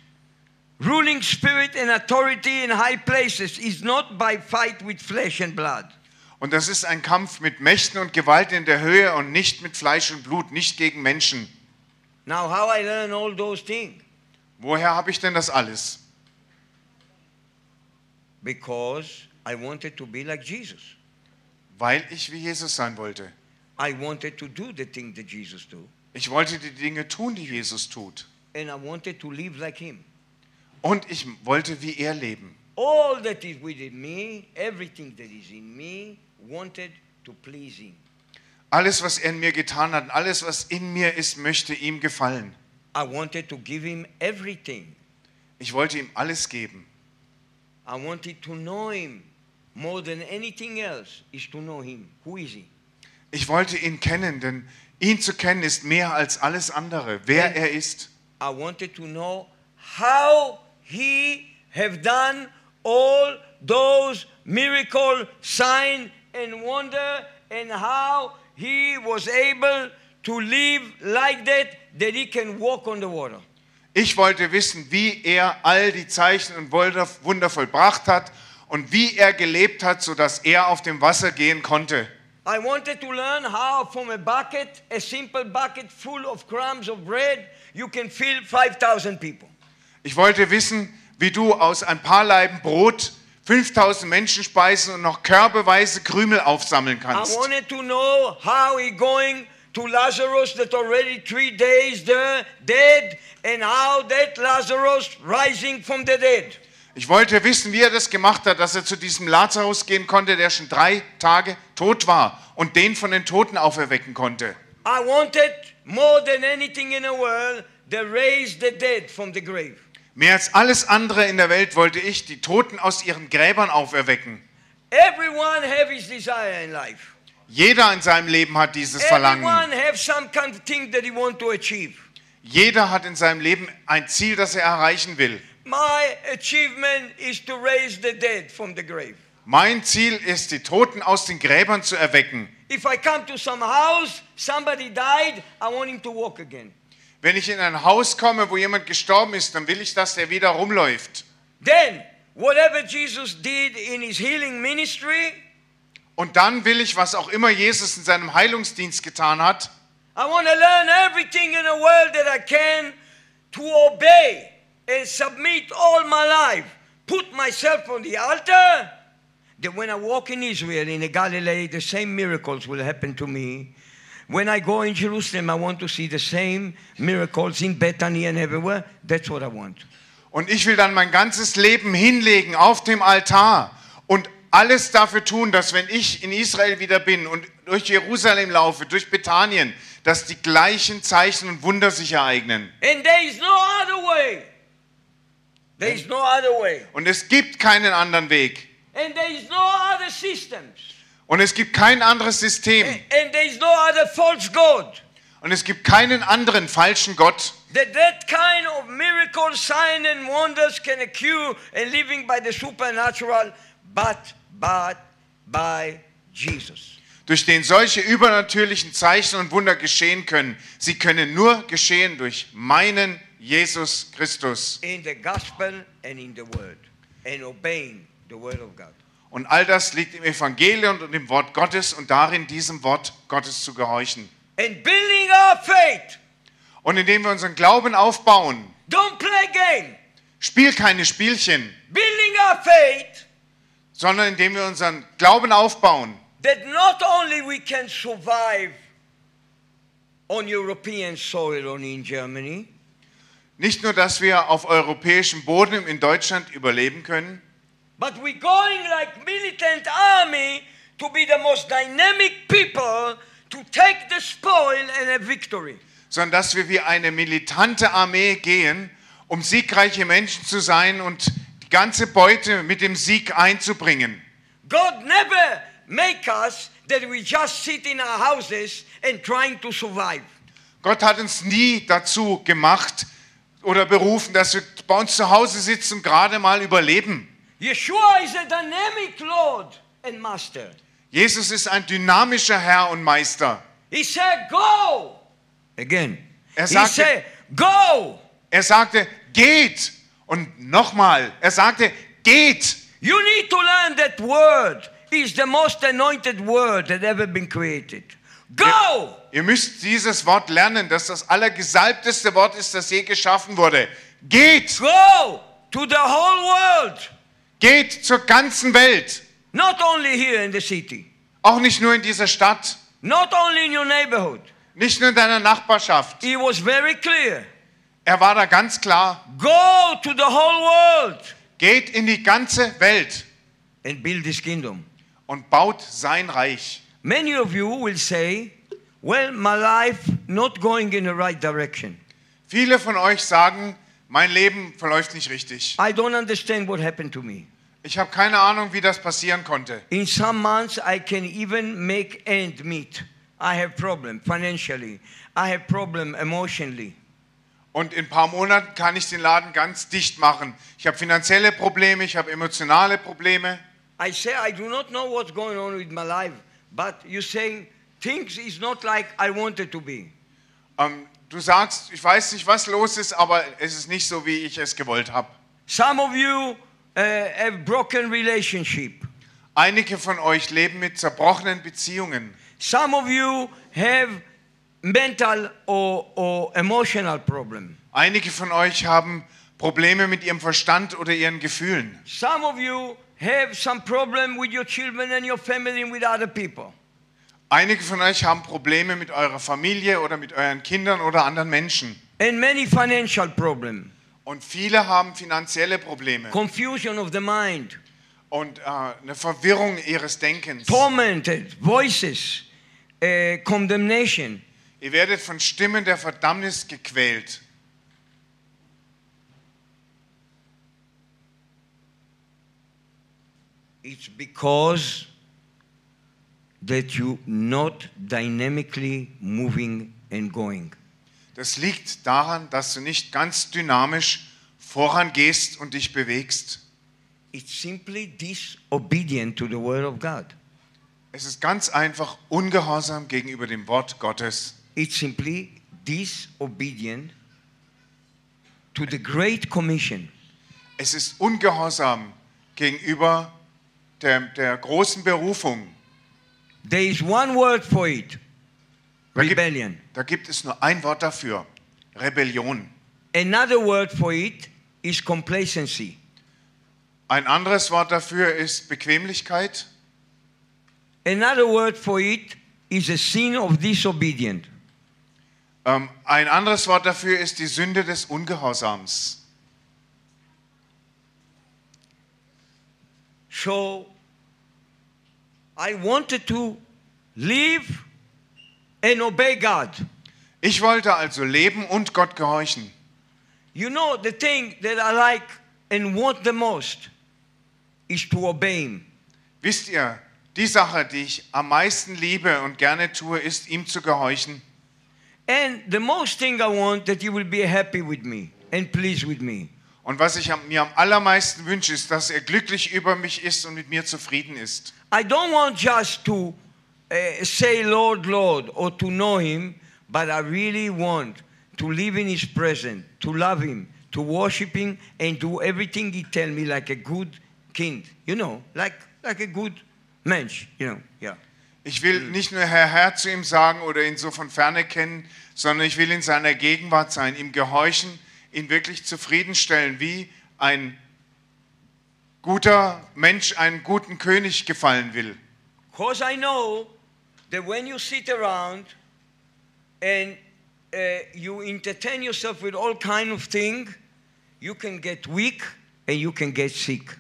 ruling spirit and authority in high places. It's not by fight with flesh and blood. Und das ist ein Kampf mit Mächten und Gewalten in der Höhe und nicht mit Fleisch und Blut, nicht gegen Menschen. Now, how I learn all those things? Woher habe ich denn das alles? Because I wanted to be like Jesus. Weil ich wie Jesus sein wollte. I wanted to do the thing that Jesus do. Ich wollte die Dinge tun, die Jesus tut. and I wanted to live like him. Und ich wollte wie er leben. All that is within me, everything that is in me, wanted to please him. Alles, was er in mir getan hat, alles, was in mir ist, möchte ihm gefallen. I wanted to give him everything. Ich wollte ihm alles geben. I wanted to know him more than anything else is to know him. Who is he? Ich wollte ihn kennen, denn ihn zu kennen ist mehr als alles andere, wer er ist. I wanted to know how he have done all those miracle sign and wonder and how he was able to live like that that he can walk on the water. Ich wollte wissen, wie er all die Zeichen und Wunder Wunder vollbracht hat und wie er gelebt hat, sodass er auf dem Wasser gehen konnte. I wanted to learn how from a bucket, a simple bucket full of crumbs of bread, you can fill 5,000 people. Ich wollte wissen, wie du aus ein paar Laiben Brot 5000 Menschen speisen und noch körbeweise Krümel aufsammeln I kannst. wanted to know how he going to Lazarus that already three days there dead, and how that Lazarus rising from the dead. Ich wollte wissen, wie er das gemacht hat, dass er zu diesem Lazarus gehen konnte, der schon drei Tage tot war und den von den Toten auferwecken konnte. I wanted more than anything in the world to raise the dead from the grave. Mehr als alles andere in der Welt wollte ich die Toten aus ihren Gräbern auferwecken. Everyone have his desire in life. Jeder in seinem Leben hat dieses Verlangen. Everyone have some kind of thing that he want to achieve. Jeder hat in seinem Leben ein Ziel, das er erreichen will. My achievement is to raise the dead from the grave. Mein Ziel ist, die Toten aus den Gräbern zu erwecken. If I come to some house, somebody died, I want him to walk again. Wenn ich in ein Haus komme, wo jemand gestorben ist, dann will ich, dass der wieder rumläuft. Then, whatever Jesus did in his healing ministry, Und dann will ich, was auch immer Jesus in seinem Heilungsdienst getan hat, I want to learn everything in the world that I can to obey and submit all my life. Put myself on the altar. That when I walk in Israel, in the Galilee, the same miracles will happen to me. When I go in Jerusalem, I want to see the same miracles in Bethany and everywhere. That's what I want. Und ich will dann mein ganzes Leben hinlegen auf dem Altar und alles dafür tun, dass wenn ich in Israel wieder bin und durch Jerusalem laufe, durch Bethanien, dass die gleichen Zeichen und Wunder sich ereignen. And there is no other way. There is no other way. Und es gibt keinen anderen Weg. And there is no other systems. Und es gibt kein anderes System. And there is no other false God. Und es gibt keinen anderen falschen Gott, That that kind of miracle, sign and wonders can occur and living by the supernatural, but but by Jesus. durch den solche übernatürlichen Zeichen und Wunder geschehen können. Sie können nur geschehen durch meinen Jesus Christus. In the gospel and in the word. And obeying the word of God. Und all das liegt im Evangelium und im Wort Gottes und darin, diesem Wort Gottes zu gehorchen. And building our faith. Und indem wir unseren Glauben aufbauen, Don't play game. spiel keine Spielchen, Building our faith sondern indem wir unseren Glauben aufbauen, that not only we can survive on European soil or in Germany, nicht nur, dass wir auf europäischem Boden in Deutschland überleben können, But we're going like militant army to be the most dynamic people to take the spoil and have victory. sondern dass wir wie eine militante Armee gehen, um siegreiche Menschen zu sein und die ganze Beute mit dem Sieg einzubringen. God never make us that we just sit in our houses and trying to survive. Gott hat uns nie dazu gemacht oder berufen, dass wir bei uns zu Hause sitzen und gerade mal überleben. Yeshua is a dynamic Lord and Master. Jesus ist ein dynamischer Herr und Meister. He said, "Go." Again. Er he sagte- said, "Go." Er sagte, geht. Und nochmal, er sagte, geht. You need to learn that word is the most anointed word that ever been created. Go. Ihr müsst dieses Wort lernen, dass das allergesalbteste Wort ist, das je geschaffen wurde. Geht, Go to the whole world, geht zur ganzen Welt. not only here in the city, Auch nicht nur in dieser Stadt, not only in your neighborhood, Nicht nur in deiner Nachbarschaft. He was very clear. Er war da ganz klar. Go to the whole world Geht in die ganze Welt and build his kingdom. und baut sein Reich. Many of you will say, well, my life not going in the right direction. Viele von euch sagen, mein Leben verläuft nicht richtig. I don't understand what happened to me. Ich habe keine Ahnung, wie das passieren konnte. In some months I can even make end meet. I have problem financially. I have problem emotionally. Und in ein paar Monaten kann ich den Laden ganz dicht machen. Ich habe finanzielle Probleme, ich habe emotionale Probleme. I say I do not know what's going on with my life, but you say things is not like I wanted to be. Ähm, du sagst, ich weiß nicht, was los ist, aber es ist nicht so, wie ich es gewollt habe. Some of you uh, have broken relationship. Einige von euch leben mit zerbrochenen Beziehungen. Some of you have mental or, or emotional problem. Einige von euch haben Probleme mit ihrem Verstand oder ihren Gefühlen. Some of you have some problem with your children and your family and with other people. Einige von euch haben Probleme mit eurer Familie oder mit euren Kindern oder anderen Menschen. And many financial problem. Und viele haben finanzielle Probleme Confusion of the mind. und äh, eine Verwirrung ihres Denkens. Tormented voices. Uh, condemnation. Ihr werdet von Stimmen der Verdammnis gequält. It's because that you not dynamically moving and going. Das liegt daran, dass du nicht ganz dynamisch vorangehst und dich bewegst. It's simply disobedient to the word of God. Es ist ganz einfach ungehorsam gegenüber dem Wort Gottes. It's simply disobedient to the Great Commission. Es ist ungehorsam gegenüber der, der großen Berufung. There is one word for it Da gibt- rebellion. Da gibt es nur ein Wort dafür. Rebellion. Another word for it is complacency. Ein anderes Wort dafür ist Bequemlichkeit. Another word for it is a sin of disobedience. Ähm, ein anderes Wort dafür ist die Sünde des Ungehorsams. So I wanted to live and obey God. Ich wollte also leben und Gott gehorchen. You know, the thing that I like and want the most is to obey Him. Wisst ihr, die Sache, die ich am meisten liebe und gerne tue, ist ihm zu gehorchen. And the most thing I want that you will be happy with me and pleased with me. Und was ich am, mir am allermeisten wünsche, ist, dass er glücklich über mich ist und mit mir zufrieden ist. I don't want just to uh, say Lord, Lord or to know him, but I really want to live in his presence, to love him, to worship him and do everything he tell me like a good kind, you know, like like a good mensch, you know. Yeah. Ich will nicht nur Herr Herr zu ihm sagen oder ihn so von ferne kennen, sondern ich will in seiner Gegenwart sein, ihm gehorchen, ihn wirklich zufriedenstellen, wie ein guter Mensch einen guten König gefallen will. Cause I know that when you sit around and uh, you entertain yourself with all kind of thing, you can get weak and you can get sick.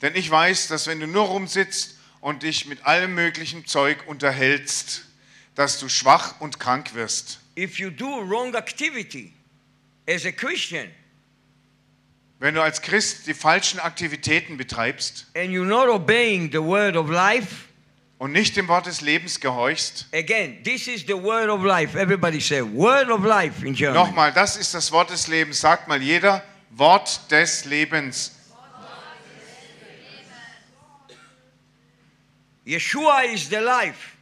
Denn ich weiß, dass wenn du nur rumsitzt und dich mit allem möglichen Zeug unterhältst, dass du schwach und krank wirst. If you do wrong activity as a Christian Wenn du als Christ die falschen Aktivitäten betreibst and you're not obeying the word of life, und nicht dem Wort des Lebens gehorchst, again, this is the word of life. Everybody say word of life in German. nochmal, das ist das Wort des Lebens, sagt mal jeder, Wort des Lebens. Yeshua is the life.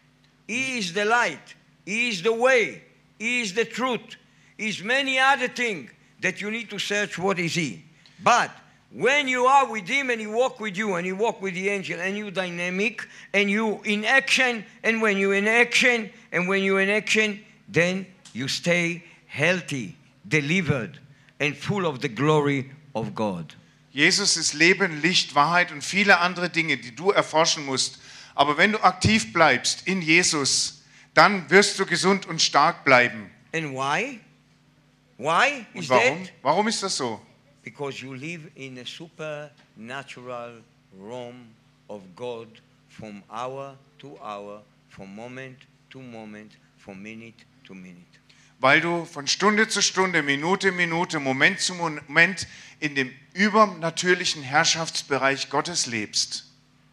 He is the light. He is the way. He is the truth. He is many other things that you need to search what is he. But when you are with him and he walk with you and he walk with the angel and you dynamic and you in action and when you in action and when you in action, then you stay healthy, delivered and full of the glory of God. Jesus ist Leben, Licht, Wahrheit und viele andere Dinge, die du erforschen musst. Aber wenn du aktiv bleibst in Jesus, dann wirst du gesund und stark bleiben. And why? Why Und is warum? that? Warum ist das so? Because you live in a supernatural realm of God from hour to hour, from moment to moment, from minute to minute. Weil du von Stunde zu Stunde, Minute in Minute, Moment zu Moment in dem übernatürlichen Herrschaftsbereich Gottes lebst.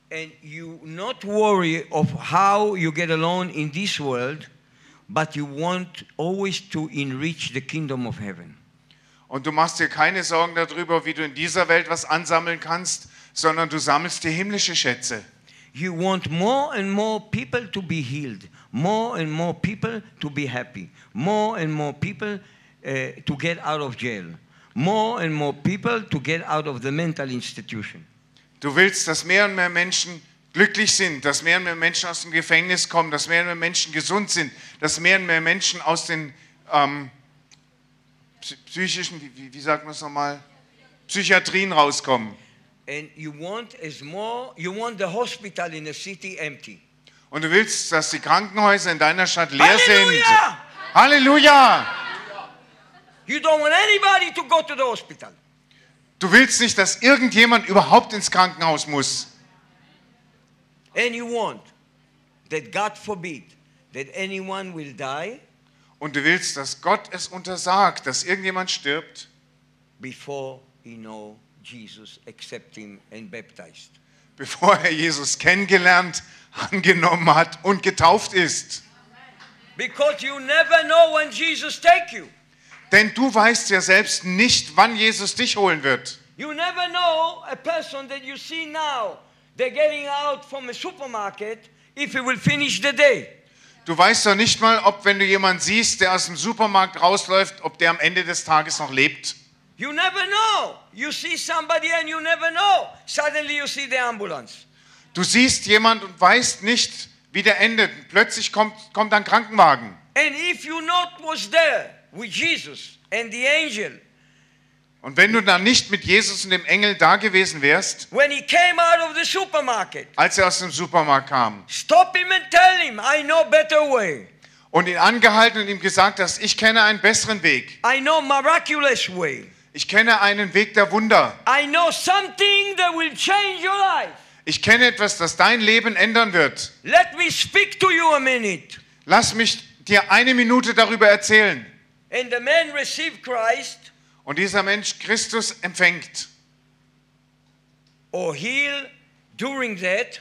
And you not worry of how you get along in this world, but you want always to enrich the kingdom of heaven. Und du machst dir keine Sorgen darüber, wie du in dieser Welt was ansammeln kannst, sondern du sammelst dir himmlische Schätze. You want more and more people to be healed, more and more people to be happy, more and more people uh, to get out of jail, more and more people to get out of the mental institution. Du willst, dass mehr und mehr Menschen glücklich sind, dass mehr und mehr Menschen aus dem Gefängnis kommen, dass mehr und mehr Menschen gesund sind, dass mehr und mehr Menschen aus den ähm, psy- psychischen, wie- wie, wie sagt man es nochmal, Psychiatrien rauskommen. And you want as more, you want the hospital in the city empty. Und du willst, dass die Krankenhäuser in deiner Stadt leer Halleluja! sind. Halleluja! You don't want anybody to go to the hospital. Du willst nicht, dass irgendjemand überhaupt ins Krankenhaus muss. And you want that God forbid that anyone will die Und du willst, dass Gott es untersagt, dass irgendjemand stirbt, before he know Jesus, accept him and baptized. bevor er Jesus kennengelernt, angenommen hat und getauft ist. Because you never know when Jesus take you. Denn du weißt ja selbst nicht, wann Jesus dich holen wird. You never know a person that you see now, they're getting out from a supermarket, if he will finish the day. Du weißt doch nicht mal, ob wenn du jemanden siehst, der aus dem Supermarkt rausläuft, ob der am Ende des Tages noch lebt. You never know. You see somebody and you never know. Suddenly you see the ambulance. Du siehst jemand und weißt nicht, wie der endet. Plötzlich kommt, kommt ein Krankenwagen. And if you not was there with Jesus and the angel, Und wenn du dann nicht mit Jesus und dem Engel da gewesen wärst, when he came out of the supermarket, als er aus dem Supermarkt kam stop him and tell him, I know better way. und ihn angehalten und ihm gesagt hast, ich kenne einen besseren Weg. I know miraculous way. Ich kenne einen Weg der Wunder. I know something that will change your life. Ich kenne etwas, das dein Leben ändern wird. Let me speak to you a minute. Lass mich dir eine Minute darüber erzählen. And the man received Christ Und dieser Mensch Christus empfängt or healed during that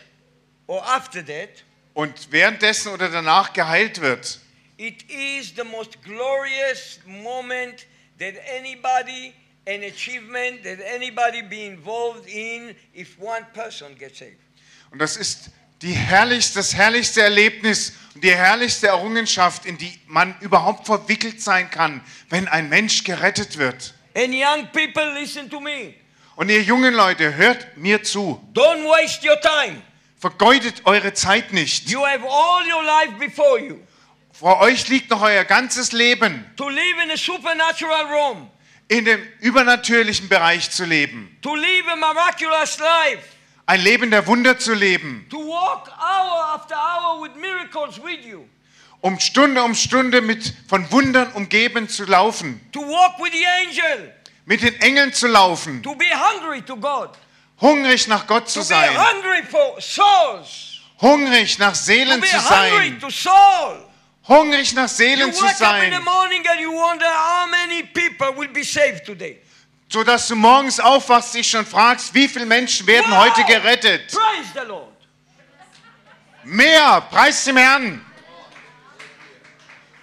or after that. und währenddessen oder danach geheilt wird. It is the most glorious moment that anybody, an achievement that anybody be involved in if one person gets saved. Und das ist die herrlichste, das herrlichste Erlebnis und die herrlichste Errungenschaft, in die man überhaupt verwickelt sein kann, wenn ein Mensch gerettet wird. And young people, listen to me. Und ihr jungen Leute, hört mir zu. Don't waste your time. Vergeudet eure Zeit nicht. You have all your life before you Vor euch liegt noch euer ganzes Leben, to live in a supernatural realm, in dem übernatürlichen Bereich zu leben. to live a miraculous life. Ein Leben der Wunder zu leben. to walk hour after hour with miracles with you, Um Stunde um Stunde mit, von Wundern umgeben zu laufen. to walk with the angel, mit den Engeln zu laufen, to be hungry to God, hungrig nach Gott to zu be sein, hungry for souls, hungrig nach to Seelen be zu hungry sein, to soul. hungrig nach You Seelen zu wake up in the sein, morning and you wonder how many people will be saved today. sodass du morgens aufwachst, dich schon fragst, wie viele Menschen werden Wow! heute gerettet. Praise the Lord. Mehr, preis dem Herrn.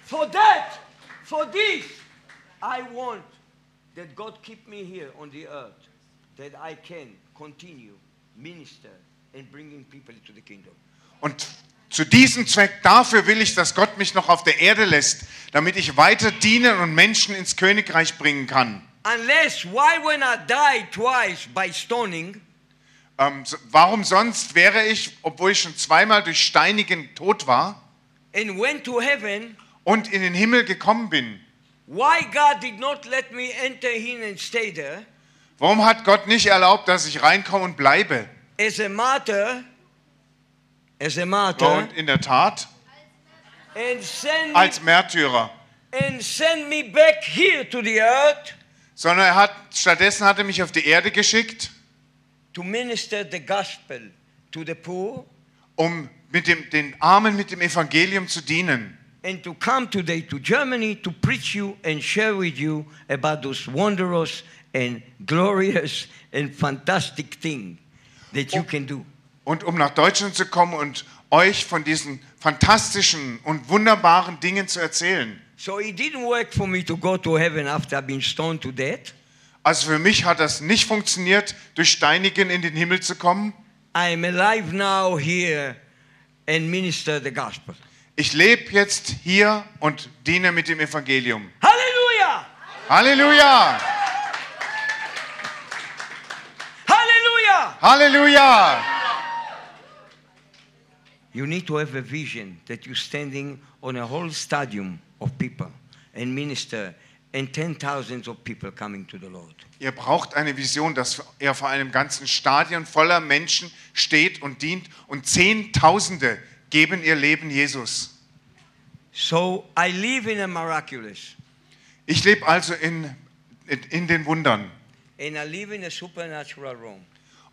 For that, for this, I want that God keep me here on the earth, that I can continue minister and bringing people to the kingdom. Und zu diesem Zweck, dafür will ich, dass Gott mich noch auf der Erde lässt, damit ich weiter dienen und Menschen ins Königreich bringen kann. Unless why when I die twice by stoning, Ähm, so- warum sonst wäre ich, obwohl ich schon zweimal durch Steinigen tot war and went to heaven, und in den Himmel gekommen bin? why God did not let me enter in and stay there Warum hat Gott nicht erlaubt, dass ich reinkomme und bleibe? as a martyr, as a Ja, martyr, Und in der Tat, and send me, als Märtyrer, and send me back here to the earth sondern er hat, stattdessen hat er mich auf die Erde geschickt, to minister the gospel to the poor um mit dem, den Armen mit dem Evangelium zu dienen. and to come today to Germany to preach you and share with you about those wondrous and glorious and fantastic thing that you can do. Und um nach Deutschland zu kommen und euch von diesen fantastischen und wunderbaren Dingen zu erzählen. So it didn't work for me to go to heaven after I've been stoned to death. Also für mich hat das nicht funktioniert, durch Steinigen in den Himmel zu kommen. I am alive now here and minister the gospel. Ich lebe jetzt hier und diene mit dem Evangelium. Hallelujah! Halleluja! Hallelujah! Halleluja! You need to have a vision that you're standing on a whole stadium of people and minister and ten thousands of people coming to the Lord. Ihr braucht eine Vision, dass er vor einem ganzen Stadion voller Menschen steht und dient und Zehntausende geben ihr Leben Jesus. So I live in a miraculous Ich lebe also in, in, in den Wundern and I live in a supernatural realm.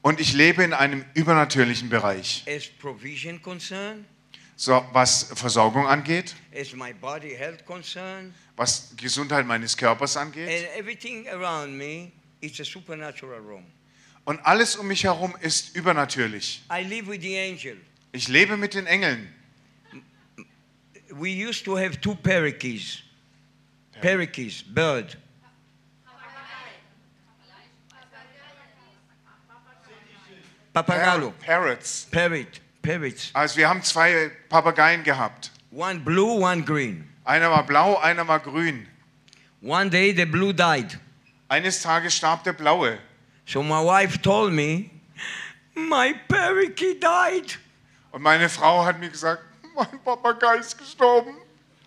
und ich lebe in einem übernatürlichen Bereich. As provision concern, So, was Versorgung angeht, as my body health concern, was Gesundheit meines Körpers angeht. and everything around me, it's a supernatural realm. Und alles um mich herum ist übernatürlich. I live with the angel. Ich lebe mit den Engeln. We used to have two parakeets. Parakeets, bird. Papagalo, Parrots. parrot, parrots. Also wir haben zwei Papageien gehabt. One blue, one green. Einer war blau, einer war grün. One day the blue died. Eines Tages starb der blaue. So my wife told me, my parakeet died. Und meine Frau hat mir gesagt, mein Papagei ist gestorben.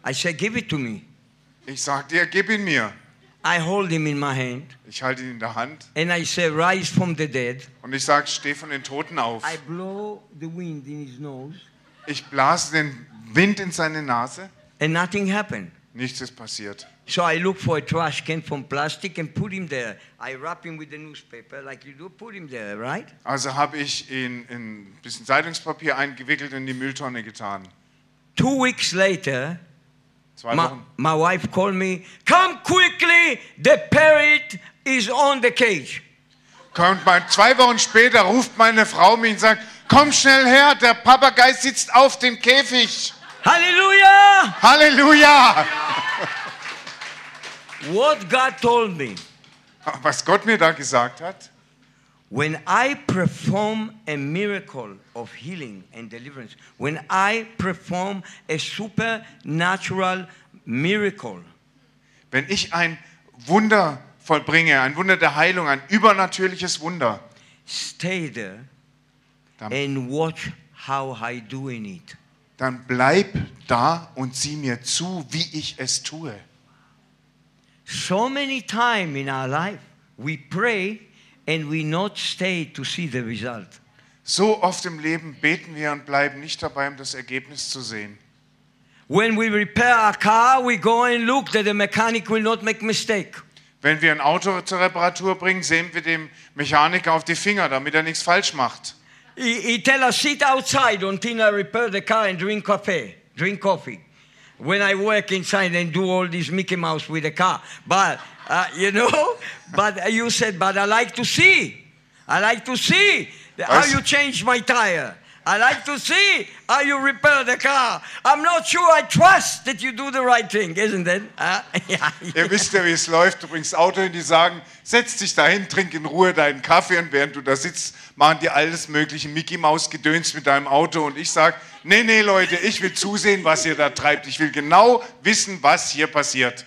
I said, give it to me. Ich sagte ihr, gib ihn mir. I hold him in my hand Ich halte ihn in der Hand and I say, rise from the dead. und ich sage, steh von den Toten auf. I blow the wind in his nose Ich blase den Wind in seine Nase. and nothing happened. Nichts ist passiert. So I look for a trash can from plastic and put him there. I wrap him with the newspaper like you do, put him there, right? Also habe ich ihn in ein bisschen Zeitungspapier eingewickelt und in die Mülltonne getan. Two weeks later, Zwei my, Wochen. my wife called me, come quickly, the parrot is on the cage. Kommt mein, zwei Wochen später ruft meine Frau mich und sagt, komm schnell her, der Papagei sitzt auf dem Käfig. Hallelujah! Halleluja! What God told me Was Gott mir da gesagt hat, when I perform a miracle of healing and deliverance, when I perform a supernatural miracle, wenn ich ein Wunder vollbringe, ein Wunder der Heilung, ein übernatürliches Wunder, stay there Tam- and watch how I do in it. dann bleib da und sieh mir zu, wie ich es tue. So many times in our life we pray and we not stay to see the result. So oft im Leben beten wir und bleiben nicht dabei, um das Ergebnis zu sehen. When we repair our car, we go and look that the mechanic will not make mistake. Wenn wir ein Auto zur Reparatur bringen, sehen wir dem Mechaniker auf die Finger, damit er nichts falsch macht. He, he tell us sit outside until I repair the car and drink coffee. Drink coffee. When I work inside and do all this Mickey Mouse with the car, but uh, you know, but you said, but I like to see. I like to see the- how I s- you change my tire. I like to see how you repair the car. I'm not sure I trust that you do the right thing, isn't it? Huh? yeah. Ihr wisst ja, wie es läuft. Du bringst Auto hin, die sagen, setz dich dahin, trink in Ruhe deinen Kaffee und während du da sitzt, machen die alles mögliche Mickey-Maus-Gedöns mit deinem Auto und ich sage, nee, nee, Leute, ich will zusehen, was ihr da treibt. Ich will genau wissen, was hier passiert.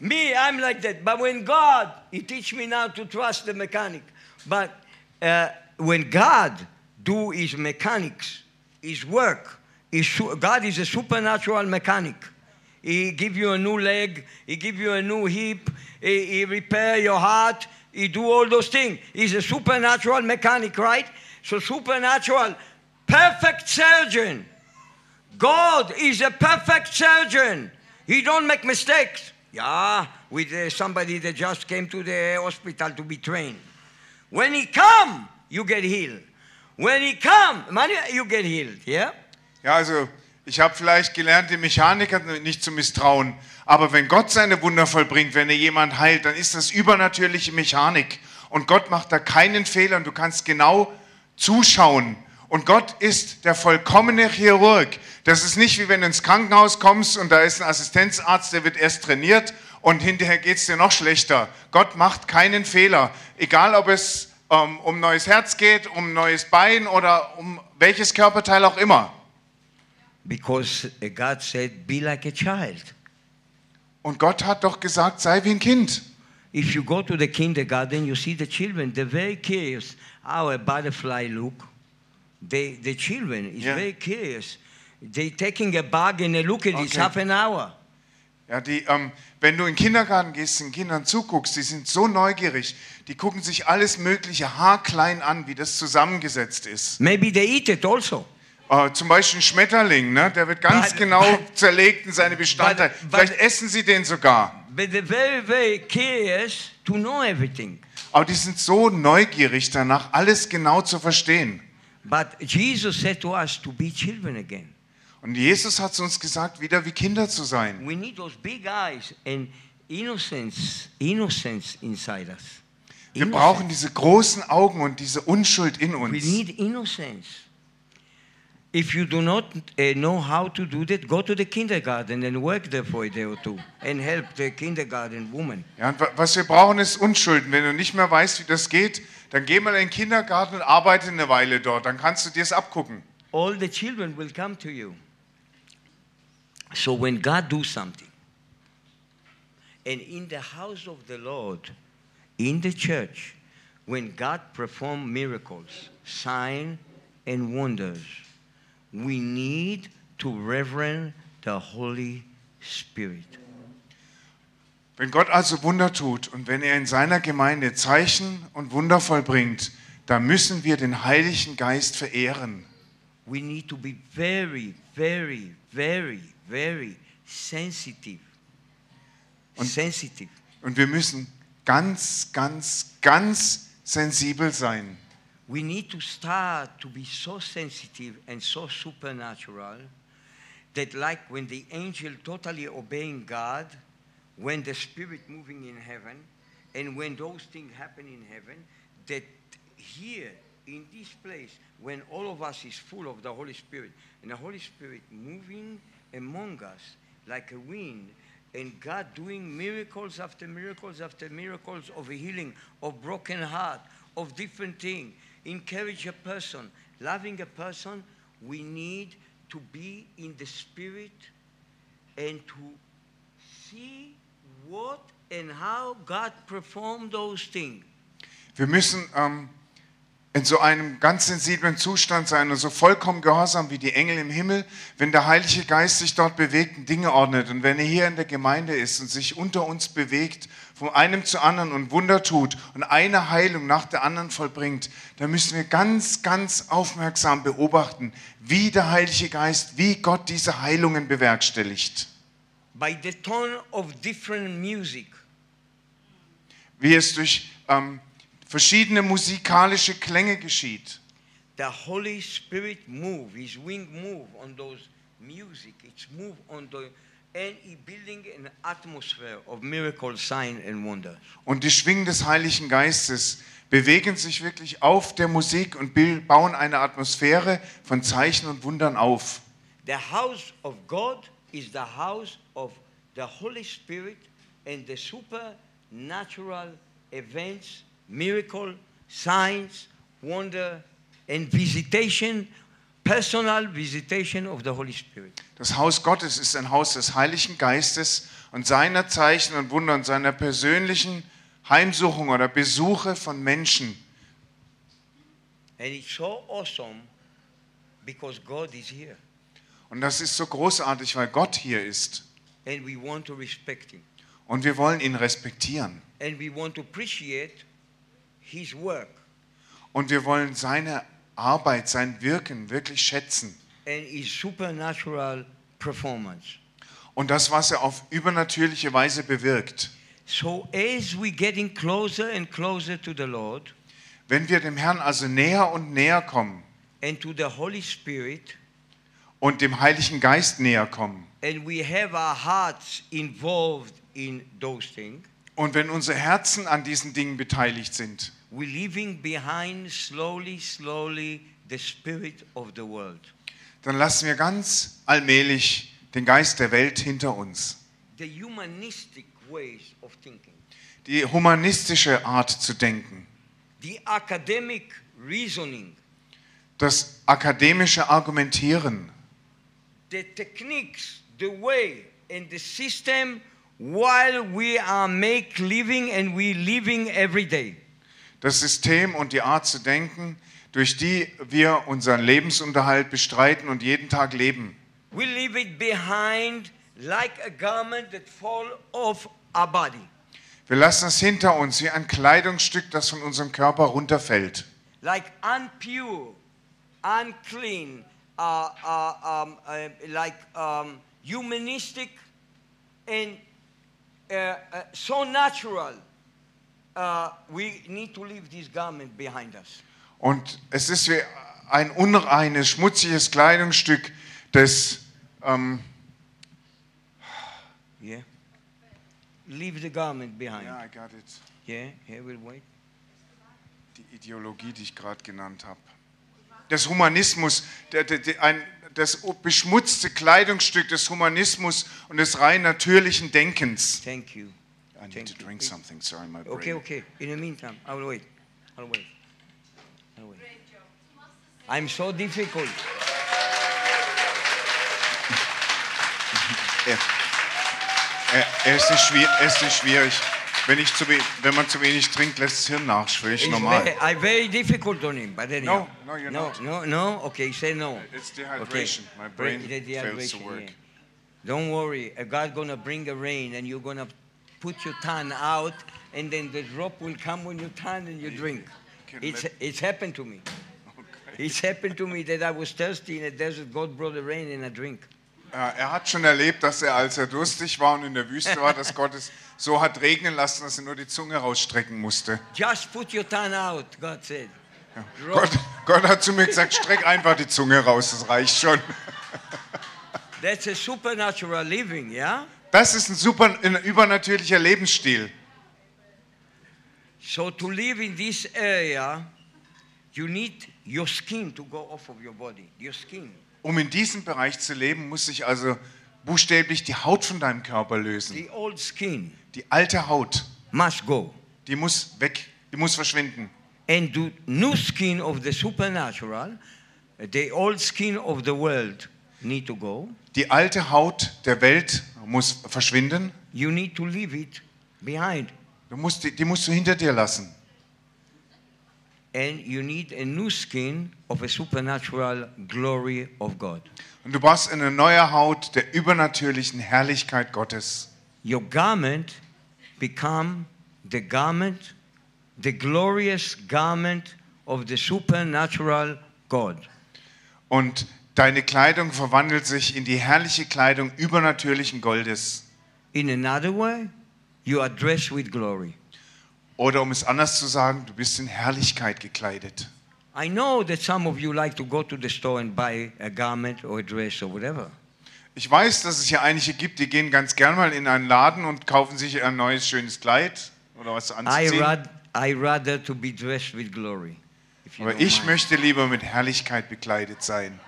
Me, I'm like that. But when God, He teach me now to trust the mechanic. But uh, when God do His mechanics, His work, his, su- God is a supernatural mechanic. He give you a new leg. He give you a new hip. He, he repair your heart. He do all those things. He's a supernatural mechanic, right? So supernatural, perfect surgeon. God is a perfect surgeon. He don't make mistakes. Yeah, with uh, somebody that just came to the hospital to be trained. When he come, you get healed. When he come, man, you get healed. Yeah. Ja, also ich habe vielleicht gelernt, den Mechanikern nicht zu misstrauen. Aber wenn Gott seine Wunder vollbringt, wenn er jemand heilt, dann ist das übernatürliche Mechanik. Und Gott macht da keinen Fehler und du kannst genau zuschauen. Und Gott ist der vollkommene Chirurg. Das ist nicht wie wenn du ins Krankenhaus kommst und da ist ein Assistenzarzt, der wird erst trainiert und hinterher geht es dir noch schlechter. Gott macht keinen Fehler. Egal ob es ähm, um neues Herz geht, um neues Bein oder um welches Körperteil auch immer. Because uh, God said, be like a child. Und Gott hat doch gesagt, sei wie ein Kind. If you go to the kindergarten, you see the children, they're very curious how a butterfly look. They, the children is Yeah. very curious. They taking a bug and they look at it Okay. half an hour. Ja, die, ähm, wenn du in den Kindergarten gehst, den Kindern zuguckst, die sind so neugierig, die gucken sich alles mögliche haarklein an, wie das zusammengesetzt ist. Maybe they eat it also. Äh, zum Beispiel ein Schmetterling, ne? der wird ganz But- genau but- zerlegt in seine Bestandteile. but- but- Vielleicht essen sie den sogar. But they're very, very curious to know everything. Aber die sind so neugierig danach, alles genau zu verstehen. But Jesus said to us to be children again. Und Jesus hat zu uns gesagt, wieder wie Kinder zu sein. We need those big eyes and innocence, innocence inside us. Wir Innocence. brauchen diese großen Augen und diese Unschuld in We uns. need innocence. If you do not uh, know how to do that, go to the kindergarten and work there for a day or two and help the kindergarten woman. Ja, und wa- was wir brauchen, ist Unschulden. Wenn du nicht mehr weißt, wie das geht, dann geh mal in den Kindergarten und arbeite eine Weile dort. Dann kannst du dir es abgucken. All the children will come to you. So when God do something, and in the house of the Lord, in the church, when God perform miracles, sign and wonders, we need to reverend the Holy Spirit. Wenn Gott also Wunder tut und wenn er in seiner Gemeinde Zeichen und Wunder vollbringt, dann müssen wir den Heiligen Geist verehren. we need to be very, very, very, very sensitive. sensitive. Und wir müssen ganz, ganz, ganz sensibel sein. We need to start to be so sensitive and so supernatural that, like when the angel totally obeying God, when the spirit moving in heaven, and when those things happen in heaven, that here in this place, when all of us is full of the Holy Spirit, and the Holy Spirit moving among us like a wind, and God doing miracles after miracles after miracles of healing, of broken heart, of different thing, encourage a person, loving a person, we need to be in the spirit and to see what and how God performed those things. Wir müssen ähm, in so einem ganz sensiblen Zustand sein und so vollkommen gehorsam wie die Engel im Himmel, wenn der Heilige Geist sich dort bewegt und Dinge ordnet und wenn er hier in der Gemeinde ist und sich unter uns bewegt, von einem zu anderen und Wunder tut und eine Heilung nach der anderen vollbringt, dann müssen wir ganz, ganz aufmerksam beobachten, wie der Heilige Geist, wie Gott diese Heilungen bewerkstelligt. By the tone of different music, Wie es durch ähm, verschiedene musikalische Klänge geschieht. the Holy Spirit move, His wing move on those music. It's move on the and he building an atmosphere of miracle, sign and wonder. Und die Schwingen des Heiligen Geistes bewegen sich wirklich auf der Musik und bil- bauen eine Atmosphäre von Zeichen und Wundern auf. The house of God is the house of the Holy Spirit and the supernatural events, miracle, signs, wonder, and visitation, personal visitation of the Holy Spirit. Das Haus Gottes ist ein Haus des Heiligen Geistes und seiner Zeichen und Wunder und seiner persönlichen Heimsuchung oder Besuche von Menschen. And it's so awesome because God is here Und das ist so großartig, weil Gott hier ist. and we want to respect Him Und wir wollen ihn respektieren. and we want to appreciate His work Und wir wollen seine Arbeit, sein Wirken wirklich schätzen. and his supernatural performance. und das, was er auf übernatürliche Weise bewirkt. So as we're getting closer and closer to the Lord Wenn wir dem Herrn also näher und näher kommen and to the Holy Spirit, und dem Heiligen Geist näher kommen and we have our hearts involved in those things, und wenn unsere Herzen an diesen Dingen beteiligt sind, we're leaving behind slowly, slowly the spirit of the world. dann lassen wir ganz allmählich den Geist der Welt hinter uns. The humanistic ways of thinking, Die humanistische Art zu denken, the academic reasoning, das akademische Argumentieren, the techniques, the way, and the system while we are make living and we living every day. das System und die Art zu denken, durch die wir unseren Lebensunterhalt bestreiten und jeden Tag leben. We leave it behind like a garment that fall off our body, Wir lassen es hinter uns wie ein Kleidungsstück, das von unserem Körper runterfällt. like unpure, unclean, uh, uh, um, uh, like um, humanistic and uh, uh, so natural. Uh, we need to leave this garment behind us. Und es ist wie ein unreines, schmutziges Kleidungsstück, das ähm, Yeah. Leave the garment behind. ja, I got it. Yeah, here we'll wait. die Ideologie, die ich gerade genannt habe. Des Humanismus, der, der, der, ein, das beschmutzte Kleidungsstück des Humanismus und des rein natürlichen Denkens. Thank you. I need Thank to you. drink something, sorry, my brain. Okay, okay. In the meantime, I will wait. I'll wait. I'll wait. I'm so difficult. Er, er, Äh, ist nicht schwier, er ist nicht schwierig. Wenn, ich zu, we- wenn man zu wenig trinkt, lässt das Hirn nach. Schwierig, It's normal. Very, I'm very difficult on him, but anyhow. no, you're no, not. No, no, okay, say no. It's dehydration. My brain Break the fails to dehydration, work. yeah. Don't worry, uh, God's gonna bring a rain and you're gonna put your tongue out and then the drop will come on your tongue and you drink. can It's, let- it's happened to me. It's happened to me that I was thirsty in a desert, God brought the rain and I drink. Ja, Er hat schon erlebt, dass er, als er durstig war und in der Wüste war, dass Gott es so hat regnen lassen, dass er nur die Zunge rausstrecken musste. Just put your tongue out, God said. Drop. Gott, Gott hat zu mir gesagt, streck einfach die Zunge raus, das reicht schon. That's a supernatural living, yeah? Das ist ein super ein übernatürlicher Lebensstil. So to live in this area, you need your skin to go off of your body, your skin. Um in diesem Bereich zu leben, muss sich also buchstäblich die Haut von deinem Körper lösen. The old skin Die alte Haut, must go. die muss weg, die muss verschwinden. And the new skin of the supernatural, the old skin of the world need to go. Die alte Haut der Welt muss verschwinden. You need to leave it behind. Du musst, die, die musst du hinter dir lassen. And you need a new skin of a supernatural glory of God. Und du brauchst eine neue Haut der übernatürlichen Herrlichkeit Gottes. Your garment become the garment, the glorious garment of the supernatural God. Und deine Kleidung verwandelt sich in die herrliche Kleidung übernatürlichen Goldes. In another way, you are dressed with glory. Oder um es anders zu sagen, du bist in Herrlichkeit gekleidet. I know that some of you like to go to the store and buy a garment or a dress or whatever. Ich weiß, dass es hier einige gibt, die gehen ganz gern mal in einen Laden und kaufen sich ein neues schönes Kleid oder was I, anzuziehen. rad- I rather to be dressed with glory. If you Aber don't ich mind. möchte lieber mit Herrlichkeit bekleidet sein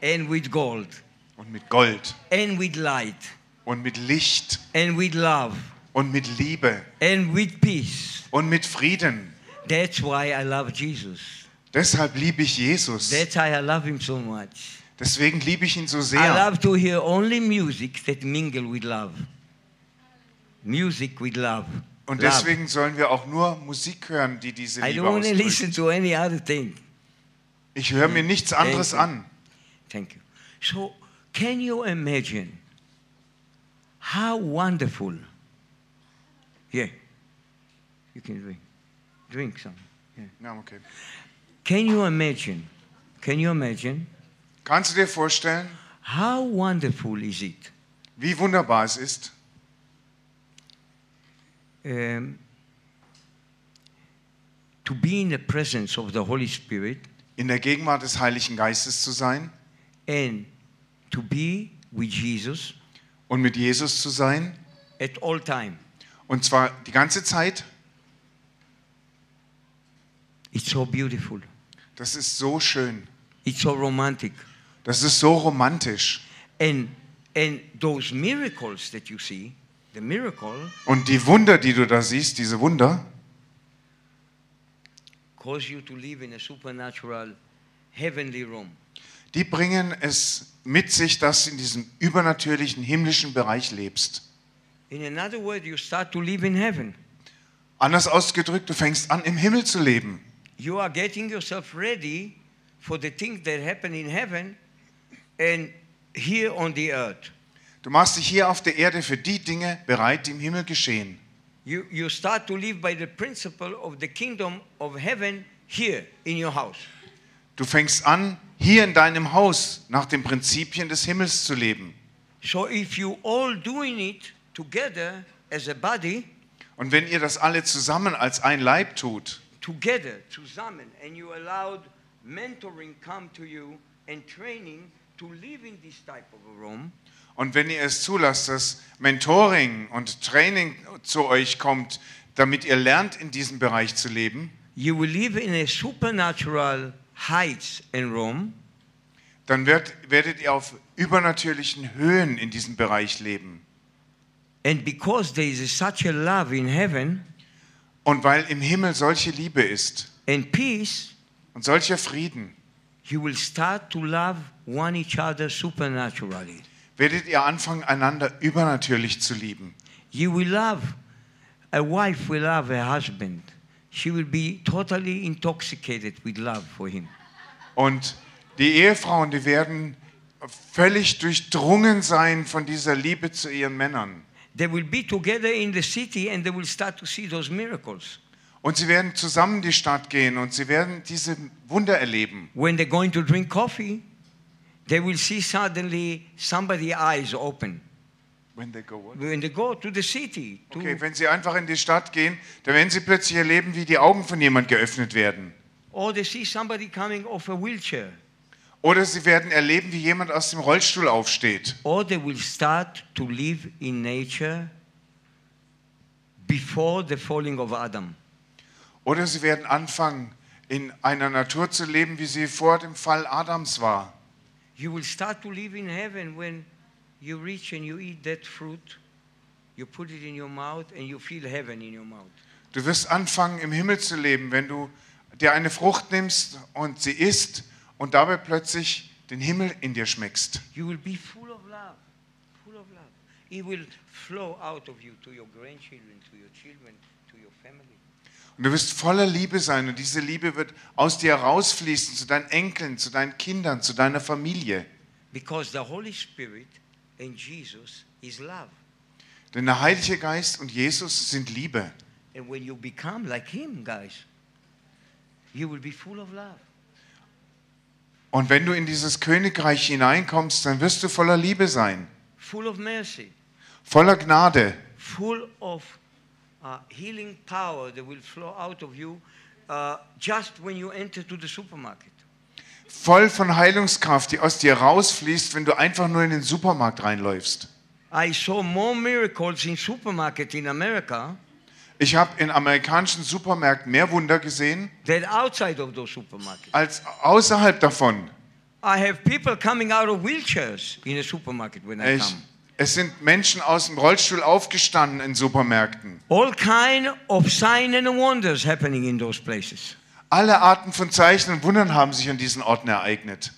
and with gold, und mit Gold and with light, und mit Licht and with love, und mit Liebe and with peace. und mit Frieden. That's why I love Jesus. Deshalb liebe ich Jesus. That's why I love him so much. Deswegen liebe ich ihn so I sehr. love to hear only music that mingle with love. Music with love. Und Love. deswegen sollen wir auch nur Musik hören, die diese I Liebe don't want to listen ausdrückt. to any other thing. Ich höre mir nichts anderes Thank you. an. Thank you. So, can you imagine how wonderful? Yeah, you can drink. Drink some. Ja, okay. Can you imagine? Can you imagine Kannst du dir vorstellen, How wonderful is it? wie wunderbar es ist? um, to be in the presence of the Holy Spirit in der Gegenwart des Heiligen Geistes zu sein and to be with Jesus und mit Jesus zu sein. at all time. Und zwar die ganze Zeit. It's so beautiful. Das ist so schön. It's so romantic. Das ist so romantisch. And and those miracles that you see, the miracle Und die Wunder, die du da siehst, diese Wunder, cause you to live in a supernatural heavenly realm. die bringen es mit sich, dass du in diesem übernatürlichen himmlischen Bereich lebst. In another word, you start to live in heaven. Anders ausgedrückt, du fängst an, im Himmel zu leben. you are getting yourself ready for the things that happen in heaven and here on the earth. Du machst dich hier auf der Erde für die Dinge bereit, die im Himmel geschehen. You, you start to live by the principle of the kingdom of heaven here in your house. Du fängst an, hier in deinem Haus nach den Prinzipien des Himmels zu leben. So if you all doing it together as a body, Und wenn ihr das alle zusammen als ein Leib tut, together, zusammen, and you allowed mentoring come to you and training to live in this type of a room, Und wenn ihr es zulasst, dass Mentoring und Training zu euch kommt, damit ihr lernt, in diesem Bereich zu leben, you will live in a supernatural heights in Rome. dann wird, werdet ihr auf übernatürlichen Höhen in diesem Bereich leben. And because there is such a love in heaven Und weil im Himmel solche Liebe ist and peace, und solcher Frieden, you will start to love one each other supernaturally. werdet ihr anfangen, einander übernatürlich zu lieben. You will love, a wife will love her husband. She will be totally intoxicated with love for him. Und die Ehefrauen, die werden völlig durchdrungen sein von dieser Liebe zu ihren Männern. They will be together in the city and they will start to see those miracles. Und sie werden zusammen in die Stadt gehen und sie werden diese Wunder erleben. When they're going to drink coffee, they will see suddenly somebody's eyes open. When they go what? When they go to the city, to Okay, wenn Sie einfach in die Stadt gehen, dann werden Sie plötzlich erleben, wie die Augen von jemand geöffnet werden. or they see somebody coming off a wheelchair. Oder Sie werden erleben, wie jemand aus dem Rollstuhl aufsteht. or they will start to live in nature before the falling of Adam. Oder Sie werden anfangen, in einer Natur zu leben, wie sie vor dem Fall Adams war. You will start to live in heaven when you reach and you eat that fruit, you put it in your mouth, and you feel heaven in your mouth. Du wirst anfangen, im Himmel zu leben, wenn du dir eine Frucht nimmst und sie isst und dabei plötzlich den Himmel in dir schmeckst. You will be full of love, full of love. It will flow out of you to your grandchildren, to your children, to your family. Und du wirst voller Liebe sein und diese Liebe wird aus dir herausfließen zu deinen Enkeln, zu deinen Kindern, zu deiner Familie. Because the Holy Spirit and Jesus is love. Denn der Heilige Geist und Jesus sind Liebe. And when you become like Him, guys, you will be full of love. Und wenn du in dieses Königreich hineinkommst, dann wirst du voller Liebe sein, full of mercy, voller Gnade, full of uh, healing power that will flow out of you uh, just when you enter to the supermarket. voll von Heilungskraft, die aus dir rausfließt, wenn du einfach nur in den Supermarkt reinläufst. I saw more miracles in supermarket in America Ich habe in amerikanischen Supermärkten mehr Wunder gesehen than outside of those supermarkets. als außerhalb davon. I have people coming out of wheelchairs in a supermarket when I Ich, come. es sind Menschen aus dem Rollstuhl aufgestanden in Supermärkten. All kind of sign and wonders happening in those places. Alle Arten von Zeichen und Wundern haben sich an diesen Orten ereignet.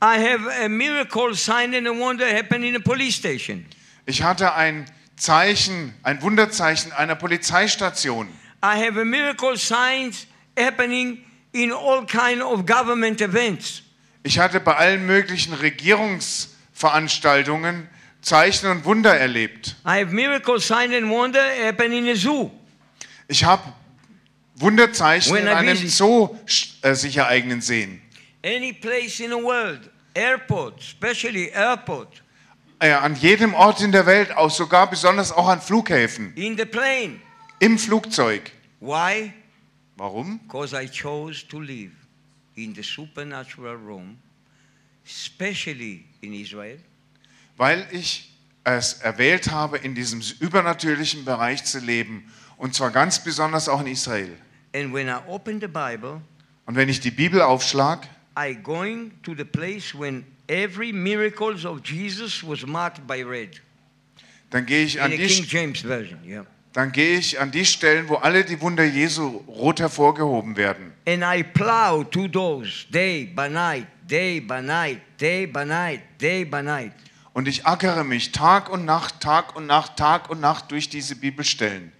I have a miracle sign and a wonder happen in a police station. Ich hatte ein Zeichen, ein Wunderzeichen einer Polizeistation. I have a miracle signs happening in all kind of government events. Ich hatte bei allen möglichen Regierungsveranstaltungen Zeichen und Wunder erlebt. I have miracle sign and wonder happen in a zoo. Ich habe Wunderzeichen When in I einem visit- Zoo sch- äh, sich ereignen sehen. Any place in the world airport, especially airport, Äh, an jedem Ort in der Welt, auch sogar besonders auch an Flughäfen, in the plane. im Flugzeug. Why? Warum? Because I chose to live in the supernatural realm, especially in Israel, Weil ich es erwählt habe, in diesem übernatürlichen Bereich zu leben. Und zwar ganz besonders auch in Israel. and when I open the Bible, Und wenn ich die Bibel aufschlag, I going to the place when every miracles of Jesus was marked by red. dann gehe ich, In an the die, King St- James version, yeah. dann gehe ich an die Stellen, wo alle die Wunder Jesu rot hervorgehoben werden. And I plow through those day by night, day by night, day by night, day by night. Und ich ackere mich Tag und Nacht, Tag und Nacht, Tag und Nacht durch diese Bibelstellen.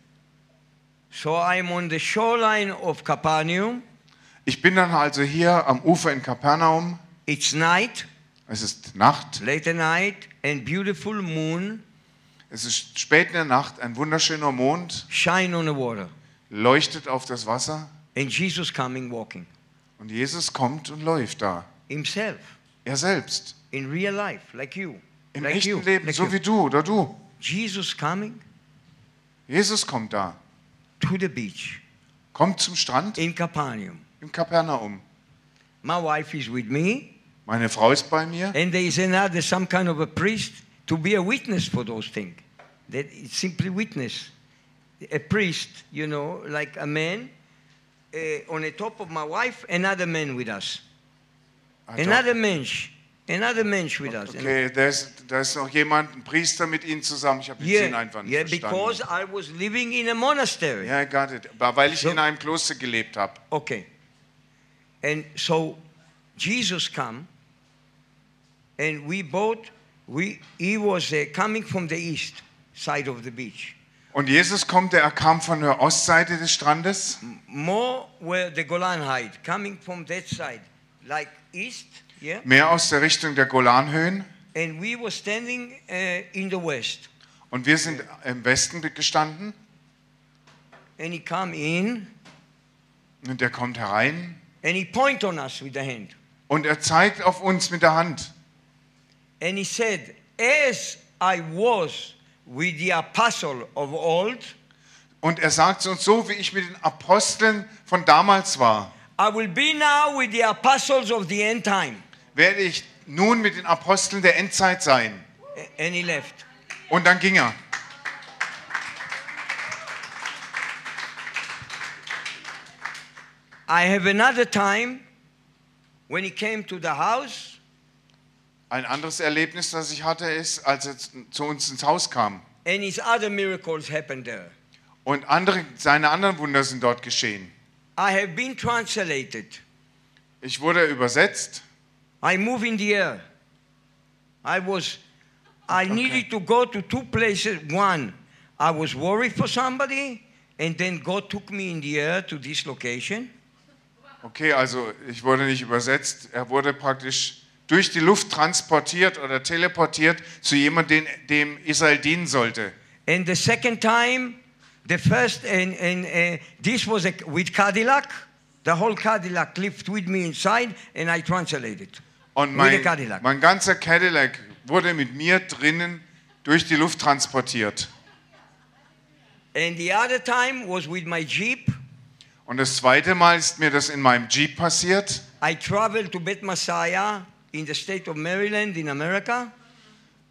So I'm on the shoreline of Capernaum. Ich bin dann also hier am Ufer in Kapernaum. It's night, Es ist Nacht. late at night, and beautiful moon Es ist spät in der Nacht. Ein wunderschöner Mond shine on the water. leuchtet auf das Wasser. And Jesus coming walking Und Jesus kommt und läuft da. himself Er selbst. in real life, like you, Im like echten you, Leben, like so you. wie du oder du. Jesus coming Jesus kommt da. to the beach Kommt zum Strand in Capernaum. in Kapernaum. My wife is with me, Meine Frau ist bei mir. and there is another some kind of a priest to be a witness for those things. That it's simply witness. A priest, you know, like a man eh, on the top of my wife, another man with us. Ah, Another doch. mensch, another mensch with us. Okay, da ist, da ist noch jemand, ein Priester mit Ihnen zusammen. Ich habe jetzt den Yeah, einfach nicht yeah, because verstanden. I was living in a monastery. Ja, I got it. Aber weil ich So- in einem Kloster gelebt habe. Okay. And so Jesus come, and we both we he was uh, coming from the east side of the beach, Und Jesus kommt, er kam von der Ostseite des Strandes, more where the Golan Heights, coming from that side, like east, yeah. mehr aus der Richtung der Golanhöhen. And we were standing uh, in the west, Und wir sind im Westen gestanden. and he come in, Und er kommt herein and he point on us with the hand, und er zeigt auf uns mit der Hand. and he said, "As I was with the apostle of old." Und er sagt zu uns, so wie ich mit den Aposteln von damals war, I will be now with the apostles of the end time. werde ich nun mit den Aposteln der Endzeit sein. A- And he left. Und dann ging er. I have another time when he came to the house, Ein anderes Erlebnis, das ich hatte, ist, als er zu zu uns ins Haus kam. and his other miracles happened there. Und andere, seine anderen Wunder sind dort geschehen. I have been translated. Ich wurde übersetzt. I move in the air. I was, I needed to go to two places. One, I was worried for somebody, and then God took me in the air to this location. Okay, also ich wurde nicht übersetzt. Er wurde praktisch durch die Luft transportiert oder teleportiert zu jemandem, dem Israel dienen sollte. And the second time, the first, and, and uh, this was a, with Cadillac. The whole Cadillac lived with me inside, and I translated. Und with mein, the Cadillac. mein ganzer Cadillac wurde mit mir drinnen durch die Luft transportiert. and the other time was with my Jeep. Und das zweite Mal ist mir das in meinem Jeep passiert. I traveled to Beth Messiah in the state of Maryland in America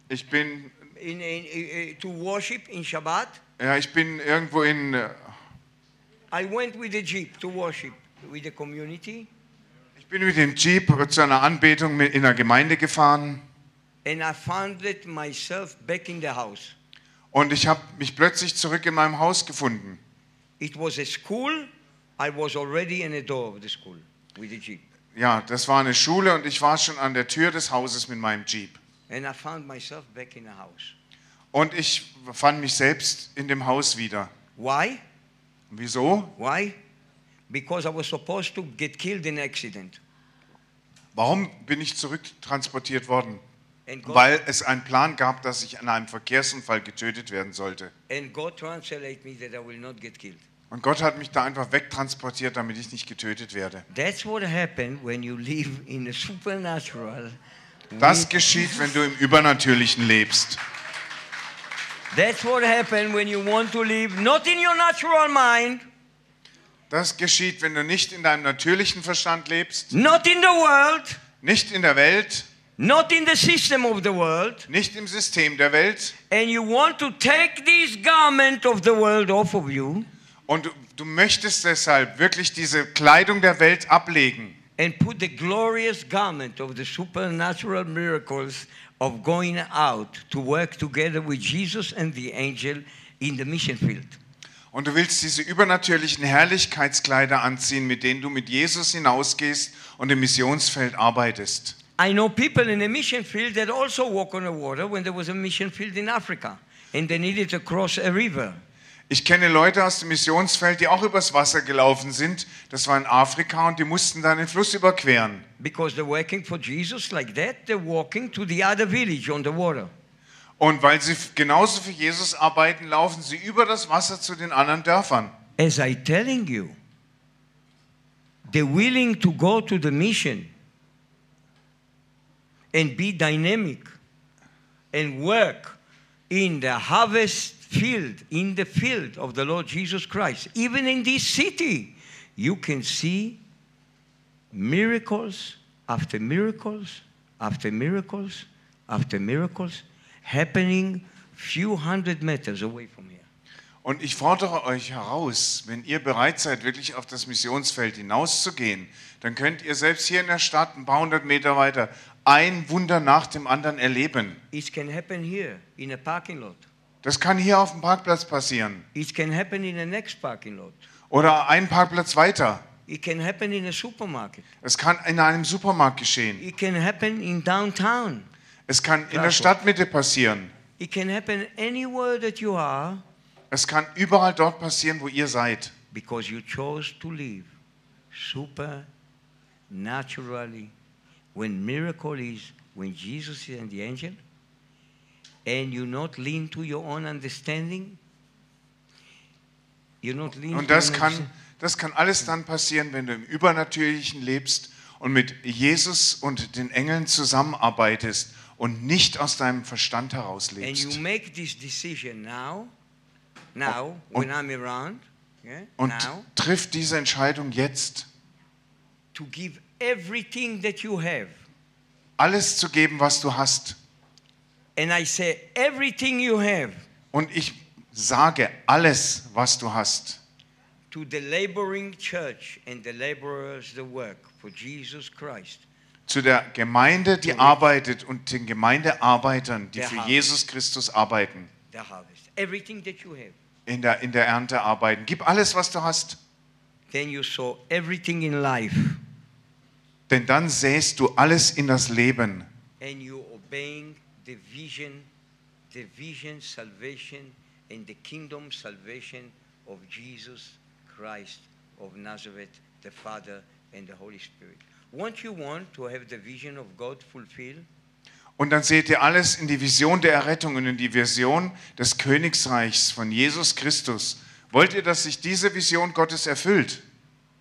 Ich bin, in, in, in- to worship in Shabbat. ja, ich bin irgendwo in, äh, I went with the Jeep to worship with the community, ich bin mit dem Jeep zu einer Anbetung mit- in der Gemeinde gefahren. and I found it myself back in the house. Und ich habe mich plötzlich zurück in meinem Haus gefunden. It was a school. I was already in the door of the school with the Jeep. Ja, das war eine Schule und ich war schon an der Tür des Hauses mit meinem Jeep. And I found myself back in the house. Und ich fand mich selbst in dem Haus wieder. Why? Wieso? Why? Because I was supposed to get killed in an accident. Warum bin ich zurücktransportiert worden? And God, Weil es einen Plan gab, dass ich an einem Verkehrsunfall getötet werden sollte. and God translated me that I will not get killed. Und Gott hat mich da einfach wegtransportiert, damit ich nicht getötet werde. That's what happened when you live in the supernatural Das geschieht, wenn du im Übernatürlichen lebst. That's what happens when you want to live not in your natural mind, Das geschieht, wenn du nicht in deinem natürlichen Verstand lebst, not in the world, nicht in der Welt, not in the system of the world, nicht im System der Welt and you want to take this garment of the world off of you und du, du möchtest deshalb wirklich diese Kleidung der Welt ablegen and put the glorious garment of the supernatural miracles of going out to work together with Jesus and the angel in the mission field. und du willst diese übernatürlichen Herrlichkeitskleider anziehen, mit denen du mit Jesus hinausgehst und im Missionsfeld arbeitest. I know people in the mission field that also walk on the water when there was a mission field in Africa and they needed to cross a river. Ich kenne Leute aus dem Missionsfeld, die auch übers Wasser gelaufen sind. Das war in Afrika und die mussten dann den Fluss überqueren. Because they're working for Jesus like that, they're walking to the other village on the water. Und weil sie f- genauso für Jesus arbeiten, laufen sie über das Wasser zu den anderen Dörfern. As I telling you, they're willing to go to the mission and be dynamic and work in the harvest field, in the field of the Lord Jesus Christ. Even in this city, you can see miracles after miracles after miracles after miracles happening few hundred meters away from here. Und ich fordere euch heraus, wenn ihr bereit seid, wirklich auf das Missionsfeld hinauszugehen, dann könnt ihr selbst hier in der Stadt ein paar hundert Meter weiter ein Wunder nach dem anderen erleben. It can happen here in a parking lot. Das kann hier auf dem Parkplatz passieren It can happen in the next parking lot. oder einen Parkplatz weiter. It can happen in a supermarket. Es kann in einem Supermarkt geschehen. It can happen in downtown. Es kann in der Klar. Stadtmitte passieren. It can happen anywhere that you are Es kann überall dort passieren, wo ihr seid, because you chose to live supernaturally when miracle is when Jesus is and the angel and you not lean to your own understanding. You not lean Und to your das own kann, understanding. das kann alles dann passieren, wenn du im Übernatürlichen lebst und mit Jesus und den Engeln zusammenarbeitest und nicht aus deinem Verstand heraus And you lebst. make this decision now, now, when I'm around, yeah, Und now, triff diese Entscheidung jetzt, to give everything that you have. alles zu geben, was du hast. And I say, everything you have Und ich sage alles, was du hast, to the laboring church and the laborers the work for Jesus Christ. zu der Gemeinde, die arbeitet und den Gemeindearbeitern, die Genau. Der für Herr. Jesus Christus arbeiten, The harvest, everything that you have. in der, in der Ernte arbeiten. Gib alles, was du hast, Then you sow everything in life denn dann sähst du alles in das Leben. and you obeying the vision, the vision, salvation, and the kingdom salvation of Jesus Christ of Nazareth, the Father and the Holy Spirit. Won't you want to have the vision of God fulfilled? Und dann seht ihr alles in die Vision der Errettung und in die Vision des Königsreichs von Jesus Christus. Wollt ihr, dass sich diese Vision Gottes erfüllt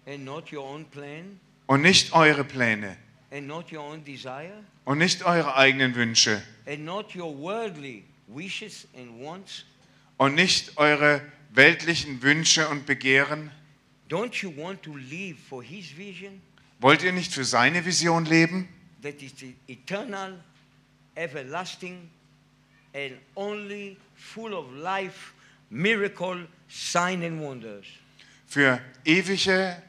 and not your own plan und nicht eure Pläne and not your own desire und nicht eure eigenen Wünsche and not your worldly wishes and wants und nicht eure weltlichen Wünsche und Begehren? don't you want to live for his vision Wollt ihr nicht für seine Vision leben, that is the eternal everlasting and only full of life miracle sign and wonders für ewige,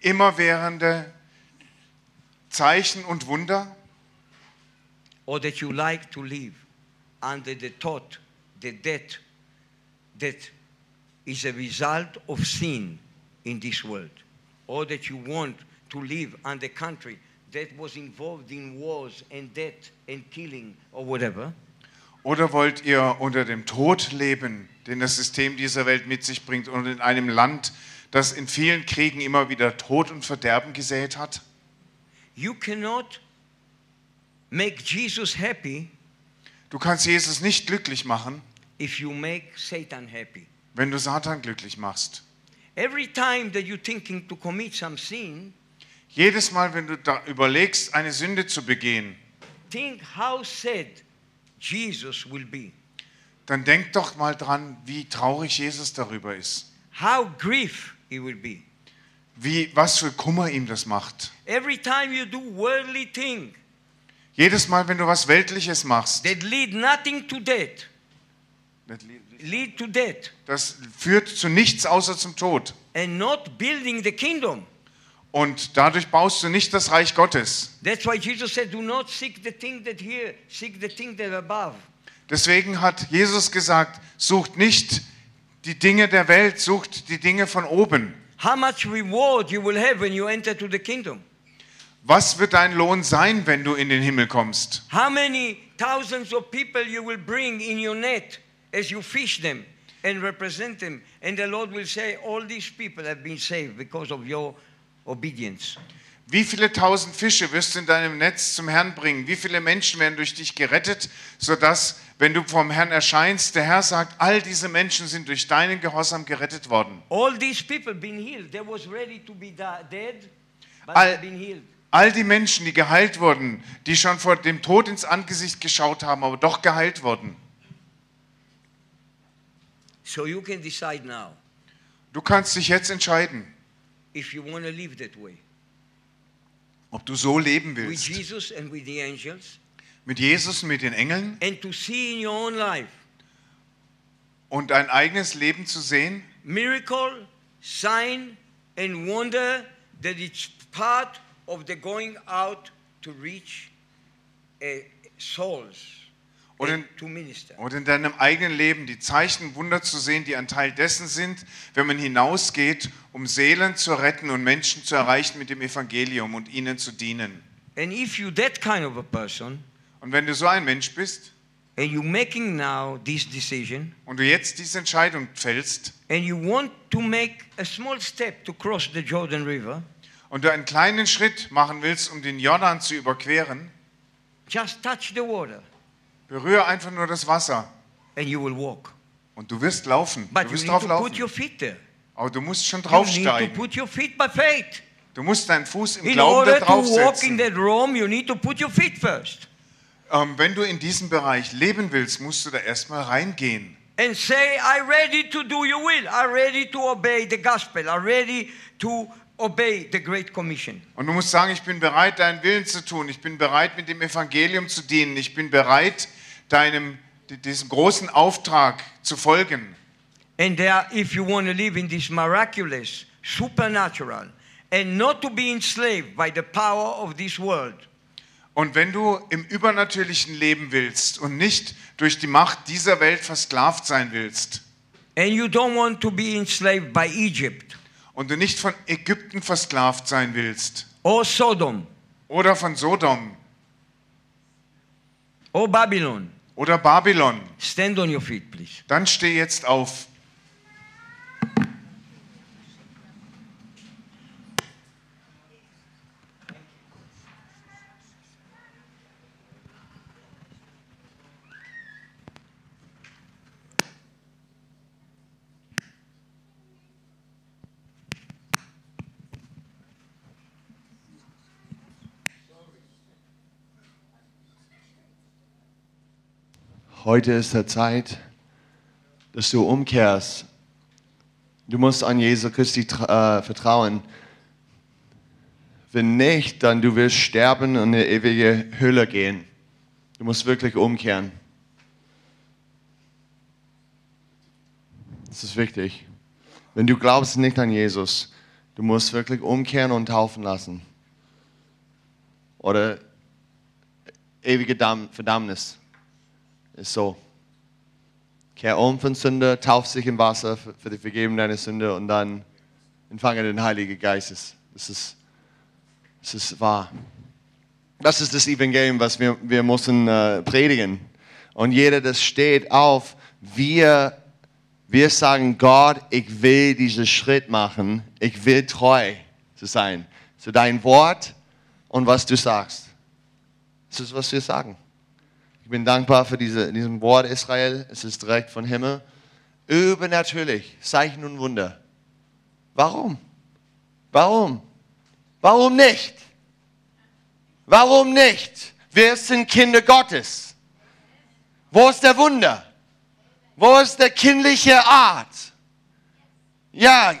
immerwährende Zeichen und Wunder? or that you like to live under the thought the death that is a result of sin in this world, or that you want to live on the country that was involved in wars and death and killing or whatever, Oder wollt ihr unter dem Tod leben, den das System dieser Welt mit sich bringt und in einem Land, das in vielen Kriegen immer wieder Tod und Verderben gesät hat? you cannot make Jesus happy Du kannst Jesus nicht glücklich machen, if you make Satan happy. wenn du Satan glücklich machst. Every time that you're thinking to commit some sin, Jedes Mal, wenn du da überlegst, eine Sünde zu begehen, think how sad Jesus will be, dann denkt doch mal dran, wie traurig Jesus darüber ist. how grief he will be. Wie, was für Kummer ihm das macht. Every time you do worldly thing Jedes Mal, wenn du was Weltliches machst, that lead nothing to death, lead to death, das führt zu nichts außer zum Tod. and not building the kingdom. Und dadurch baust du nicht das Reich Gottes. That's why Jesus said, "Do not seek the thing that here, seek the thing that above." Deswegen hat Jesus gesagt, sucht nicht die Dinge der Welt, sucht die Dinge von oben. How much reward you will have when you enter to the kingdom? Was wird dein Lohn sein, wenn du in den Himmel kommst? How many thousands of people you will bring in your net as you fish them and represent them? And the Lord will say, All these people have been saved because of your obedience. Wie viele tausend Fische wirst du in deinem Netz zum Herrn bringen? Wie viele Menschen werden durch dich gerettet, sodass, wenn du vom Herrn erscheinst, der Herr sagt, all diese Menschen sind durch deinen Gehorsam gerettet worden. All these people been healed. They was ready to be da- dead, but Al- they've been healed. All die Menschen, die geheilt wurden, die schon vor dem Tod ins Angesicht geschaut haben, aber doch geheilt wurden. So you can decide now Du kannst dich jetzt entscheiden, if you want to live that way ob du so leben with willst. Jesus and with the angels Mit Jesus und mit den Engeln and to see in your own life und dein eigenes Leben zu sehen. miracle, sign, and wonder that it's part of the going out to reach uh, souls Or and in- to minister. Und in deinem eigenen Leben die Zeichen, Wunder zu sehen, die ein Teil dessen sind, wenn man hinausgeht, um Seelen zu retten und Menschen zu erreichen mit dem Evangelium und ihnen zu dienen. And if you're that kind of a person Und wenn du so ein Mensch bist and you're making now this decision und du jetzt diese Entscheidung fällst and you want to make a small step to cross the Jordan River, und du einen kleinen Schritt machen willst, um den Jordan zu überqueren, just touch the water berühre einfach nur das Wasser and you will walk. und du wirst laufen. But Du you wirst need drauf to put your laufen. feet there. Aber du musst schon You need to draufsteigen. put your feet by faith. Du musst deinen Fuß im In Glauben da order to walk in draufsetzen. that Rome, you need to put your feet first. Ähm, wenn du in diesem Bereich leben willst, musst du da erstmal reingehen. and say, I'm ready to do your will. I'm ready to obey the gospel. I'm ready to obey the Great Commission. Und du musst sagen, ich bin bereit, deinen Willen zu tun. Ich bin bereit, mit dem Evangelium zu dienen. Ich bin bereit, deinem, di- diesem großen Auftrag zu folgen. And there, if you want to live in this miraculous, supernatural, and not to be enslaved by the power of this world, Und wenn du im übernatürlichen Leben willst und nicht durch die Macht dieser Welt versklavt sein willst and you don't want to be enslaved by Egypt und du nicht von Ägypten versklavt sein willst or Sodom oder von Sodom or Babylon, oder Babylon, stand on your feet, please. dann steh jetzt auf. Heute ist der Zeit, dass du umkehrst. Du musst an Jesu Christi tra- äh, vertrauen. Wenn nicht, dann du wirst sterben und in die ewige Hölle gehen. Du musst wirklich umkehren. Das ist wichtig. Wenn du glaubst nicht an Jesus, du musst wirklich umkehren und taufen lassen. Oder ewige Dam- Verdammnis ist so. Kehr um von Sünde, tauf dich im Wasser für für die Vergebung deiner Sünde und dann empfange den Heiligen Geistes. Das ist, das ist wahr. Das ist das Evangelium, was wir, wir müssen äh, predigen. Und jeder, das steht auf, wir, wir sagen, Gott, ich will diesen Schritt machen. Ich will treu zu sein. Zu deinem Wort und was du sagst. Das ist, was wir sagen. Ich bin dankbar für diese, diesen Wort Israel. Es ist direkt von Himmel. Übernatürlich. Zeichen und Wunder. Warum? Warum? Warum nicht? Warum nicht? Wir sind Kinder Gottes. Wo ist der Wunder? Wo ist der kindliche Art? Ja,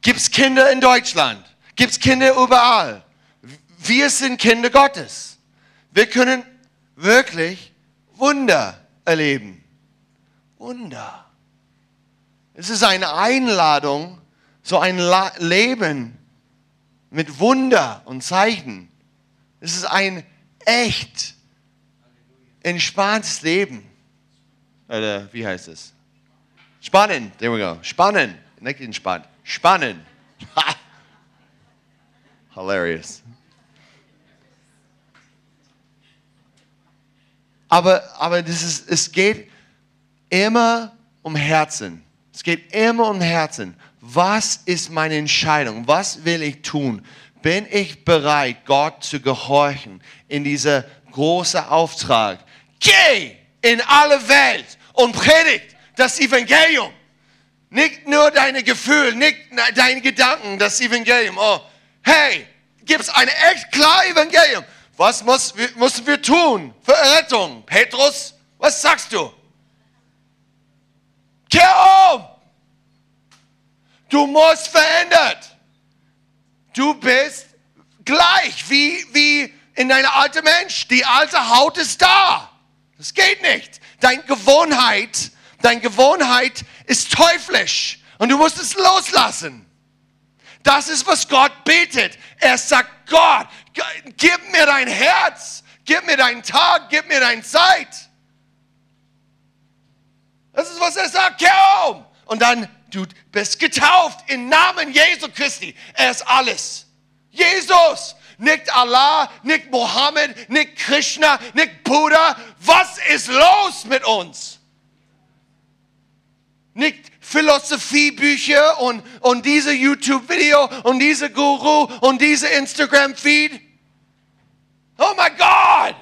gibt's Kinder in Deutschland? Gibt's Kinder überall? Wir sind Kinder Gottes. Wir können wirklich Wunder erleben. Wunder. Es ist eine Einladung, so ein La Leben mit Wunder und Zeichen. Es ist ein echt entspanntes Leben. Oder wie heißt es? Spannend, there we go. Spannend, nicht entspannt. Spannend. Hilarious. Aber, aber das ist, es geht immer um Herzen. Es geht immer um Herzen. Was ist meine Entscheidung? Was will ich tun? Bin ich bereit, Gott zu gehorchen in dieser große Auftrag? Geh in alle Welt und predigt das Evangelium. Nicht nur deine Gefühle, nicht deine Gedanken, das Evangelium. Oh, hey, gibt es ein echt klar Evangelium? Was muss, müssen wir tun für Errettung? Petrus, was sagst du? Kehr um! Du musst verändert. Du bist gleich wie, wie in deiner alte Mensch. Die alte Haut ist da. Das geht nicht. Deine Gewohnheit, deine Gewohnheit ist teuflisch und du musst es loslassen. Das ist, was Gott betet. Er sagt, Gott, gib mir dein Herz, gib mir deinen Tag, gib mir deine Zeit. Das ist, was er sagt, kehr um. Und dann, du bist getauft im Namen Jesu Christi. Er ist alles. Jesus, nicht Allah, nicht Mohammed, nicht Krishna, nicht Buddha. Was ist los mit uns? Nicht Philosophiebücher und, und diese YouTube-Video und diese Guru und diese Instagram-Feed. Oh mein Gott!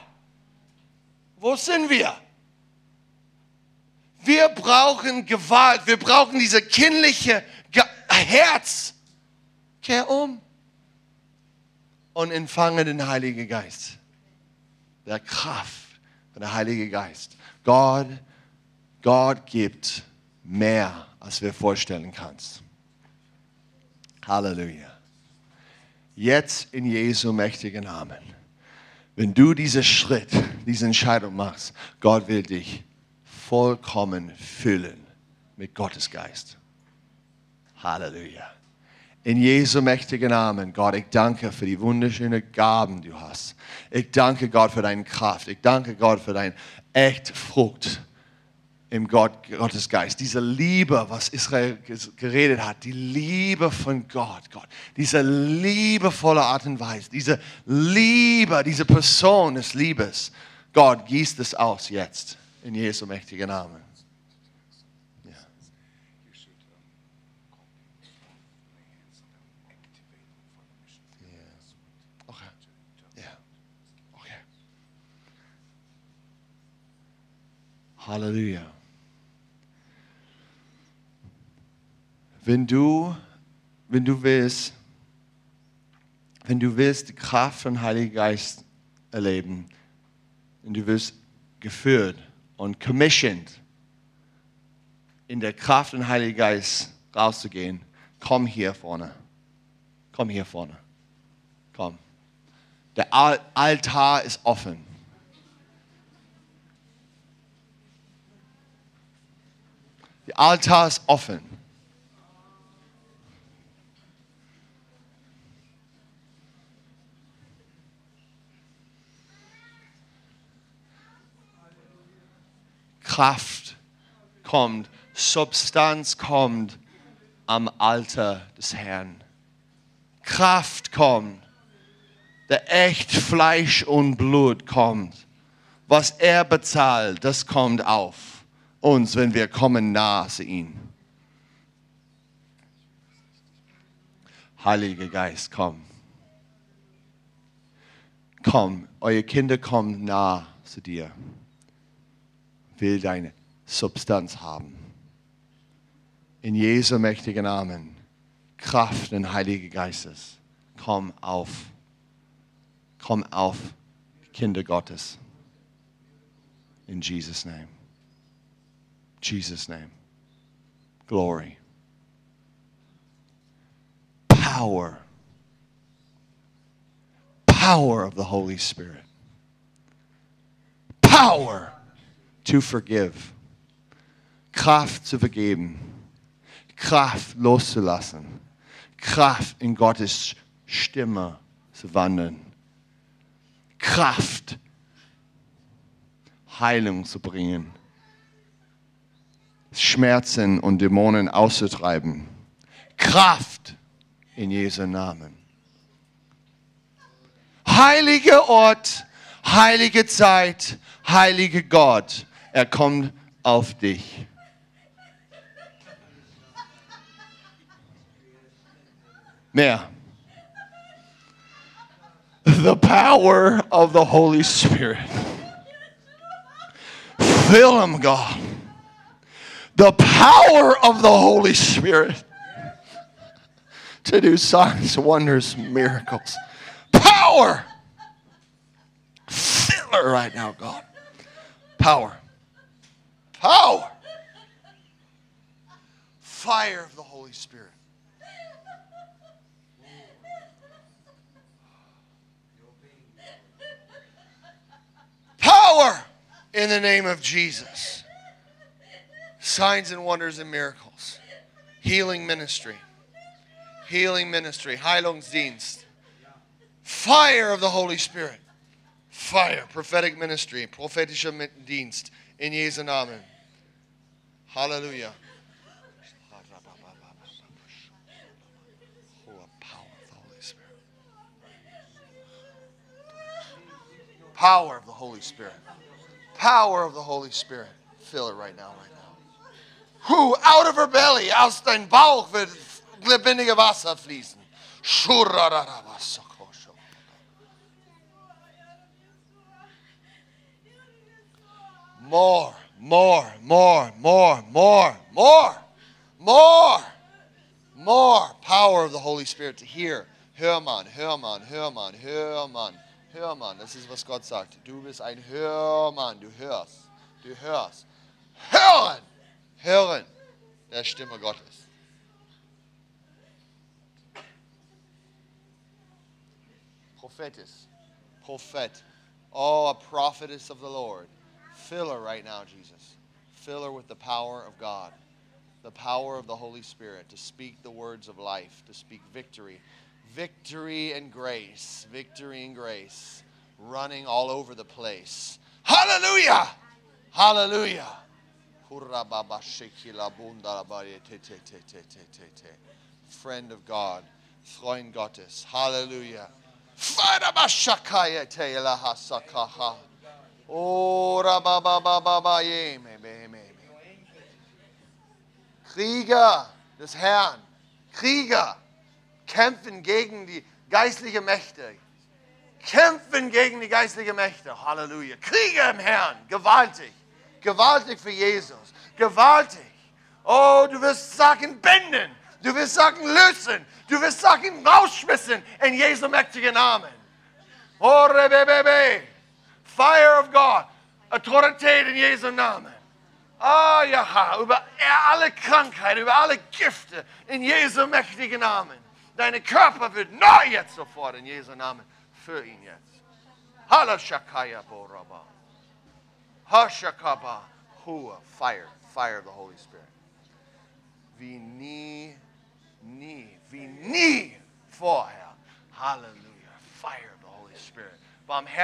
Wo sind wir? Wir brauchen Gewalt. Wir brauchen diese kindliche Ge Herz. Kehr um und empfange den Heiligen Geist. Der Kraft von der Heilige Geist. Gott, Gott gibt mehr, als wir vorstellen kannst. Halleluja. Jetzt in Jesu mächtigen Namen. Wenn du diesen Schritt, diese Entscheidung machst, Gott will dich vollkommen füllen mit Gottes Geist. Halleluja. In Jesu mächtigen Namen, Gott, ich danke für die wunderschönen Gaben, die du hast. Ich danke Gott für deine Kraft. Ich danke Gott für deine echte Frucht im Gott, Gottes Geist. Diese Liebe, was Israel geredet hat, die Liebe von Gott, Gott. Diese liebevolle Art und Weise, diese Liebe, diese Person des Liebes. Gott, gießt es aus jetzt. In Jesu mächtigen Namen. Ja. Ja. Okay. Ja. Okay. Halleluja. Wenn du, wenn du willst, wenn du willst die Kraft von Heiligen Geist erleben und du wirst geführt, und commissioned, in der Kraft und Heiligen Geist rauszugehen. Komm hier vorne. Komm hier vorne. Komm. Der Al Altar ist offen. Der Altar ist offen. Kraft kommt, Substanz kommt am Alter des Herrn. Kraft kommt, der echt Fleisch und Blut kommt. Was er bezahlt, das kommt auf uns, wenn wir kommen nahe zu ihm. Heiliger Geist, komm. Komm, eure Kinder kommen nah zu dir will deine Substanz haben. In Jesu mächtigen Namen, Kraft des Heiligen Geistes, komm auf. Komm auf. Kinder Gottes. In Jesus' name. Jesus' name. Glory. Power. Power of the Holy Spirit. Power to forgive. Kraft zu vergeben. Kraft loszulassen. Kraft in Gottes Stimme zu wandeln. Kraft, Heilung zu bringen. Schmerzen und Dämonen auszutreiben. Kraft in Jesu Namen. Heiliger Ort, heilige Zeit, heiliger Gott, er kommt auf dich. Mehr. The power of the Holy Spirit. Fill them, God. The power of the Holy Spirit to do signs, wonders, miracles. Power. Fill her right now, God. Power. Power. Fire of the Holy Spirit. power in the name of Jesus. Signs and wonders and miracles. Healing ministry. Healing ministry. Heilungsdienst. Fire of the Holy Spirit. Fire. Prophetic ministry. Prophetischer Mi- Dienst. In Jesu Namen. Hallelujah. Oh, power of the Holy Spirit. power of the Holy Spirit. Power of the Holy Spirit. Feel it right now, right now. Who out of her belly, aus dein Bauch wird lebendige Wasser fließen. Schurrararabasokosho. More, more, more, more, more, more, more, more power of the Holy Spirit to hear. Hör man, hör man, hör man, hör man, hör man. Das ist, was Gott sagt. Du bist ein Hörmann, du hörst, du hörst. Hören, hören der Stimme Gottes. Prophetess, prophet. Oh, a prophetess of the Lord. Fill her right now, Jesus. Fill her with the power of God the power of the Holy Spirit to speak the words of life, to speak victory, victory and grace, victory and grace, running all over the place. Hallelujah! Hallelujah! Hurrababashekilabundarabarietetetetetetete. Friend of God, Freund Gottes, Hallelujah. Farabashakayeteelahasakaha. Oh, rabababababaye, me, me, me, me. Krieger des Herrn, Krieger, kämpfen gegen die geistliche Mächte. Kämpfen gegen die geistliche Mächte. Halleluja. Krieger im Herrn, gewaltig. Gewaltig für Jesus. Gewaltig. Oh, du wirst Sachen binden. Du wirst Sachen lösen. Du wirst Sachen rausschmissen in Jesu mächtigen Namen. Oh, rebebebe. Fire of God. Autorität in Jesu Namen. Ah, ja, über alle Krankheit, über alle Gifte, in Jesu mächtigen Namen. Deine Körper wird neu jetzt sofort in Jesu Namen. Für ihn jetzt. Halashakaya boraba. Hashakaba hua. Fire, fire of the Holy Spirit. Wie nie, nie, wie nie vorher. Halleluja. Fire of the Holy Spirit. Barmherzigkeit.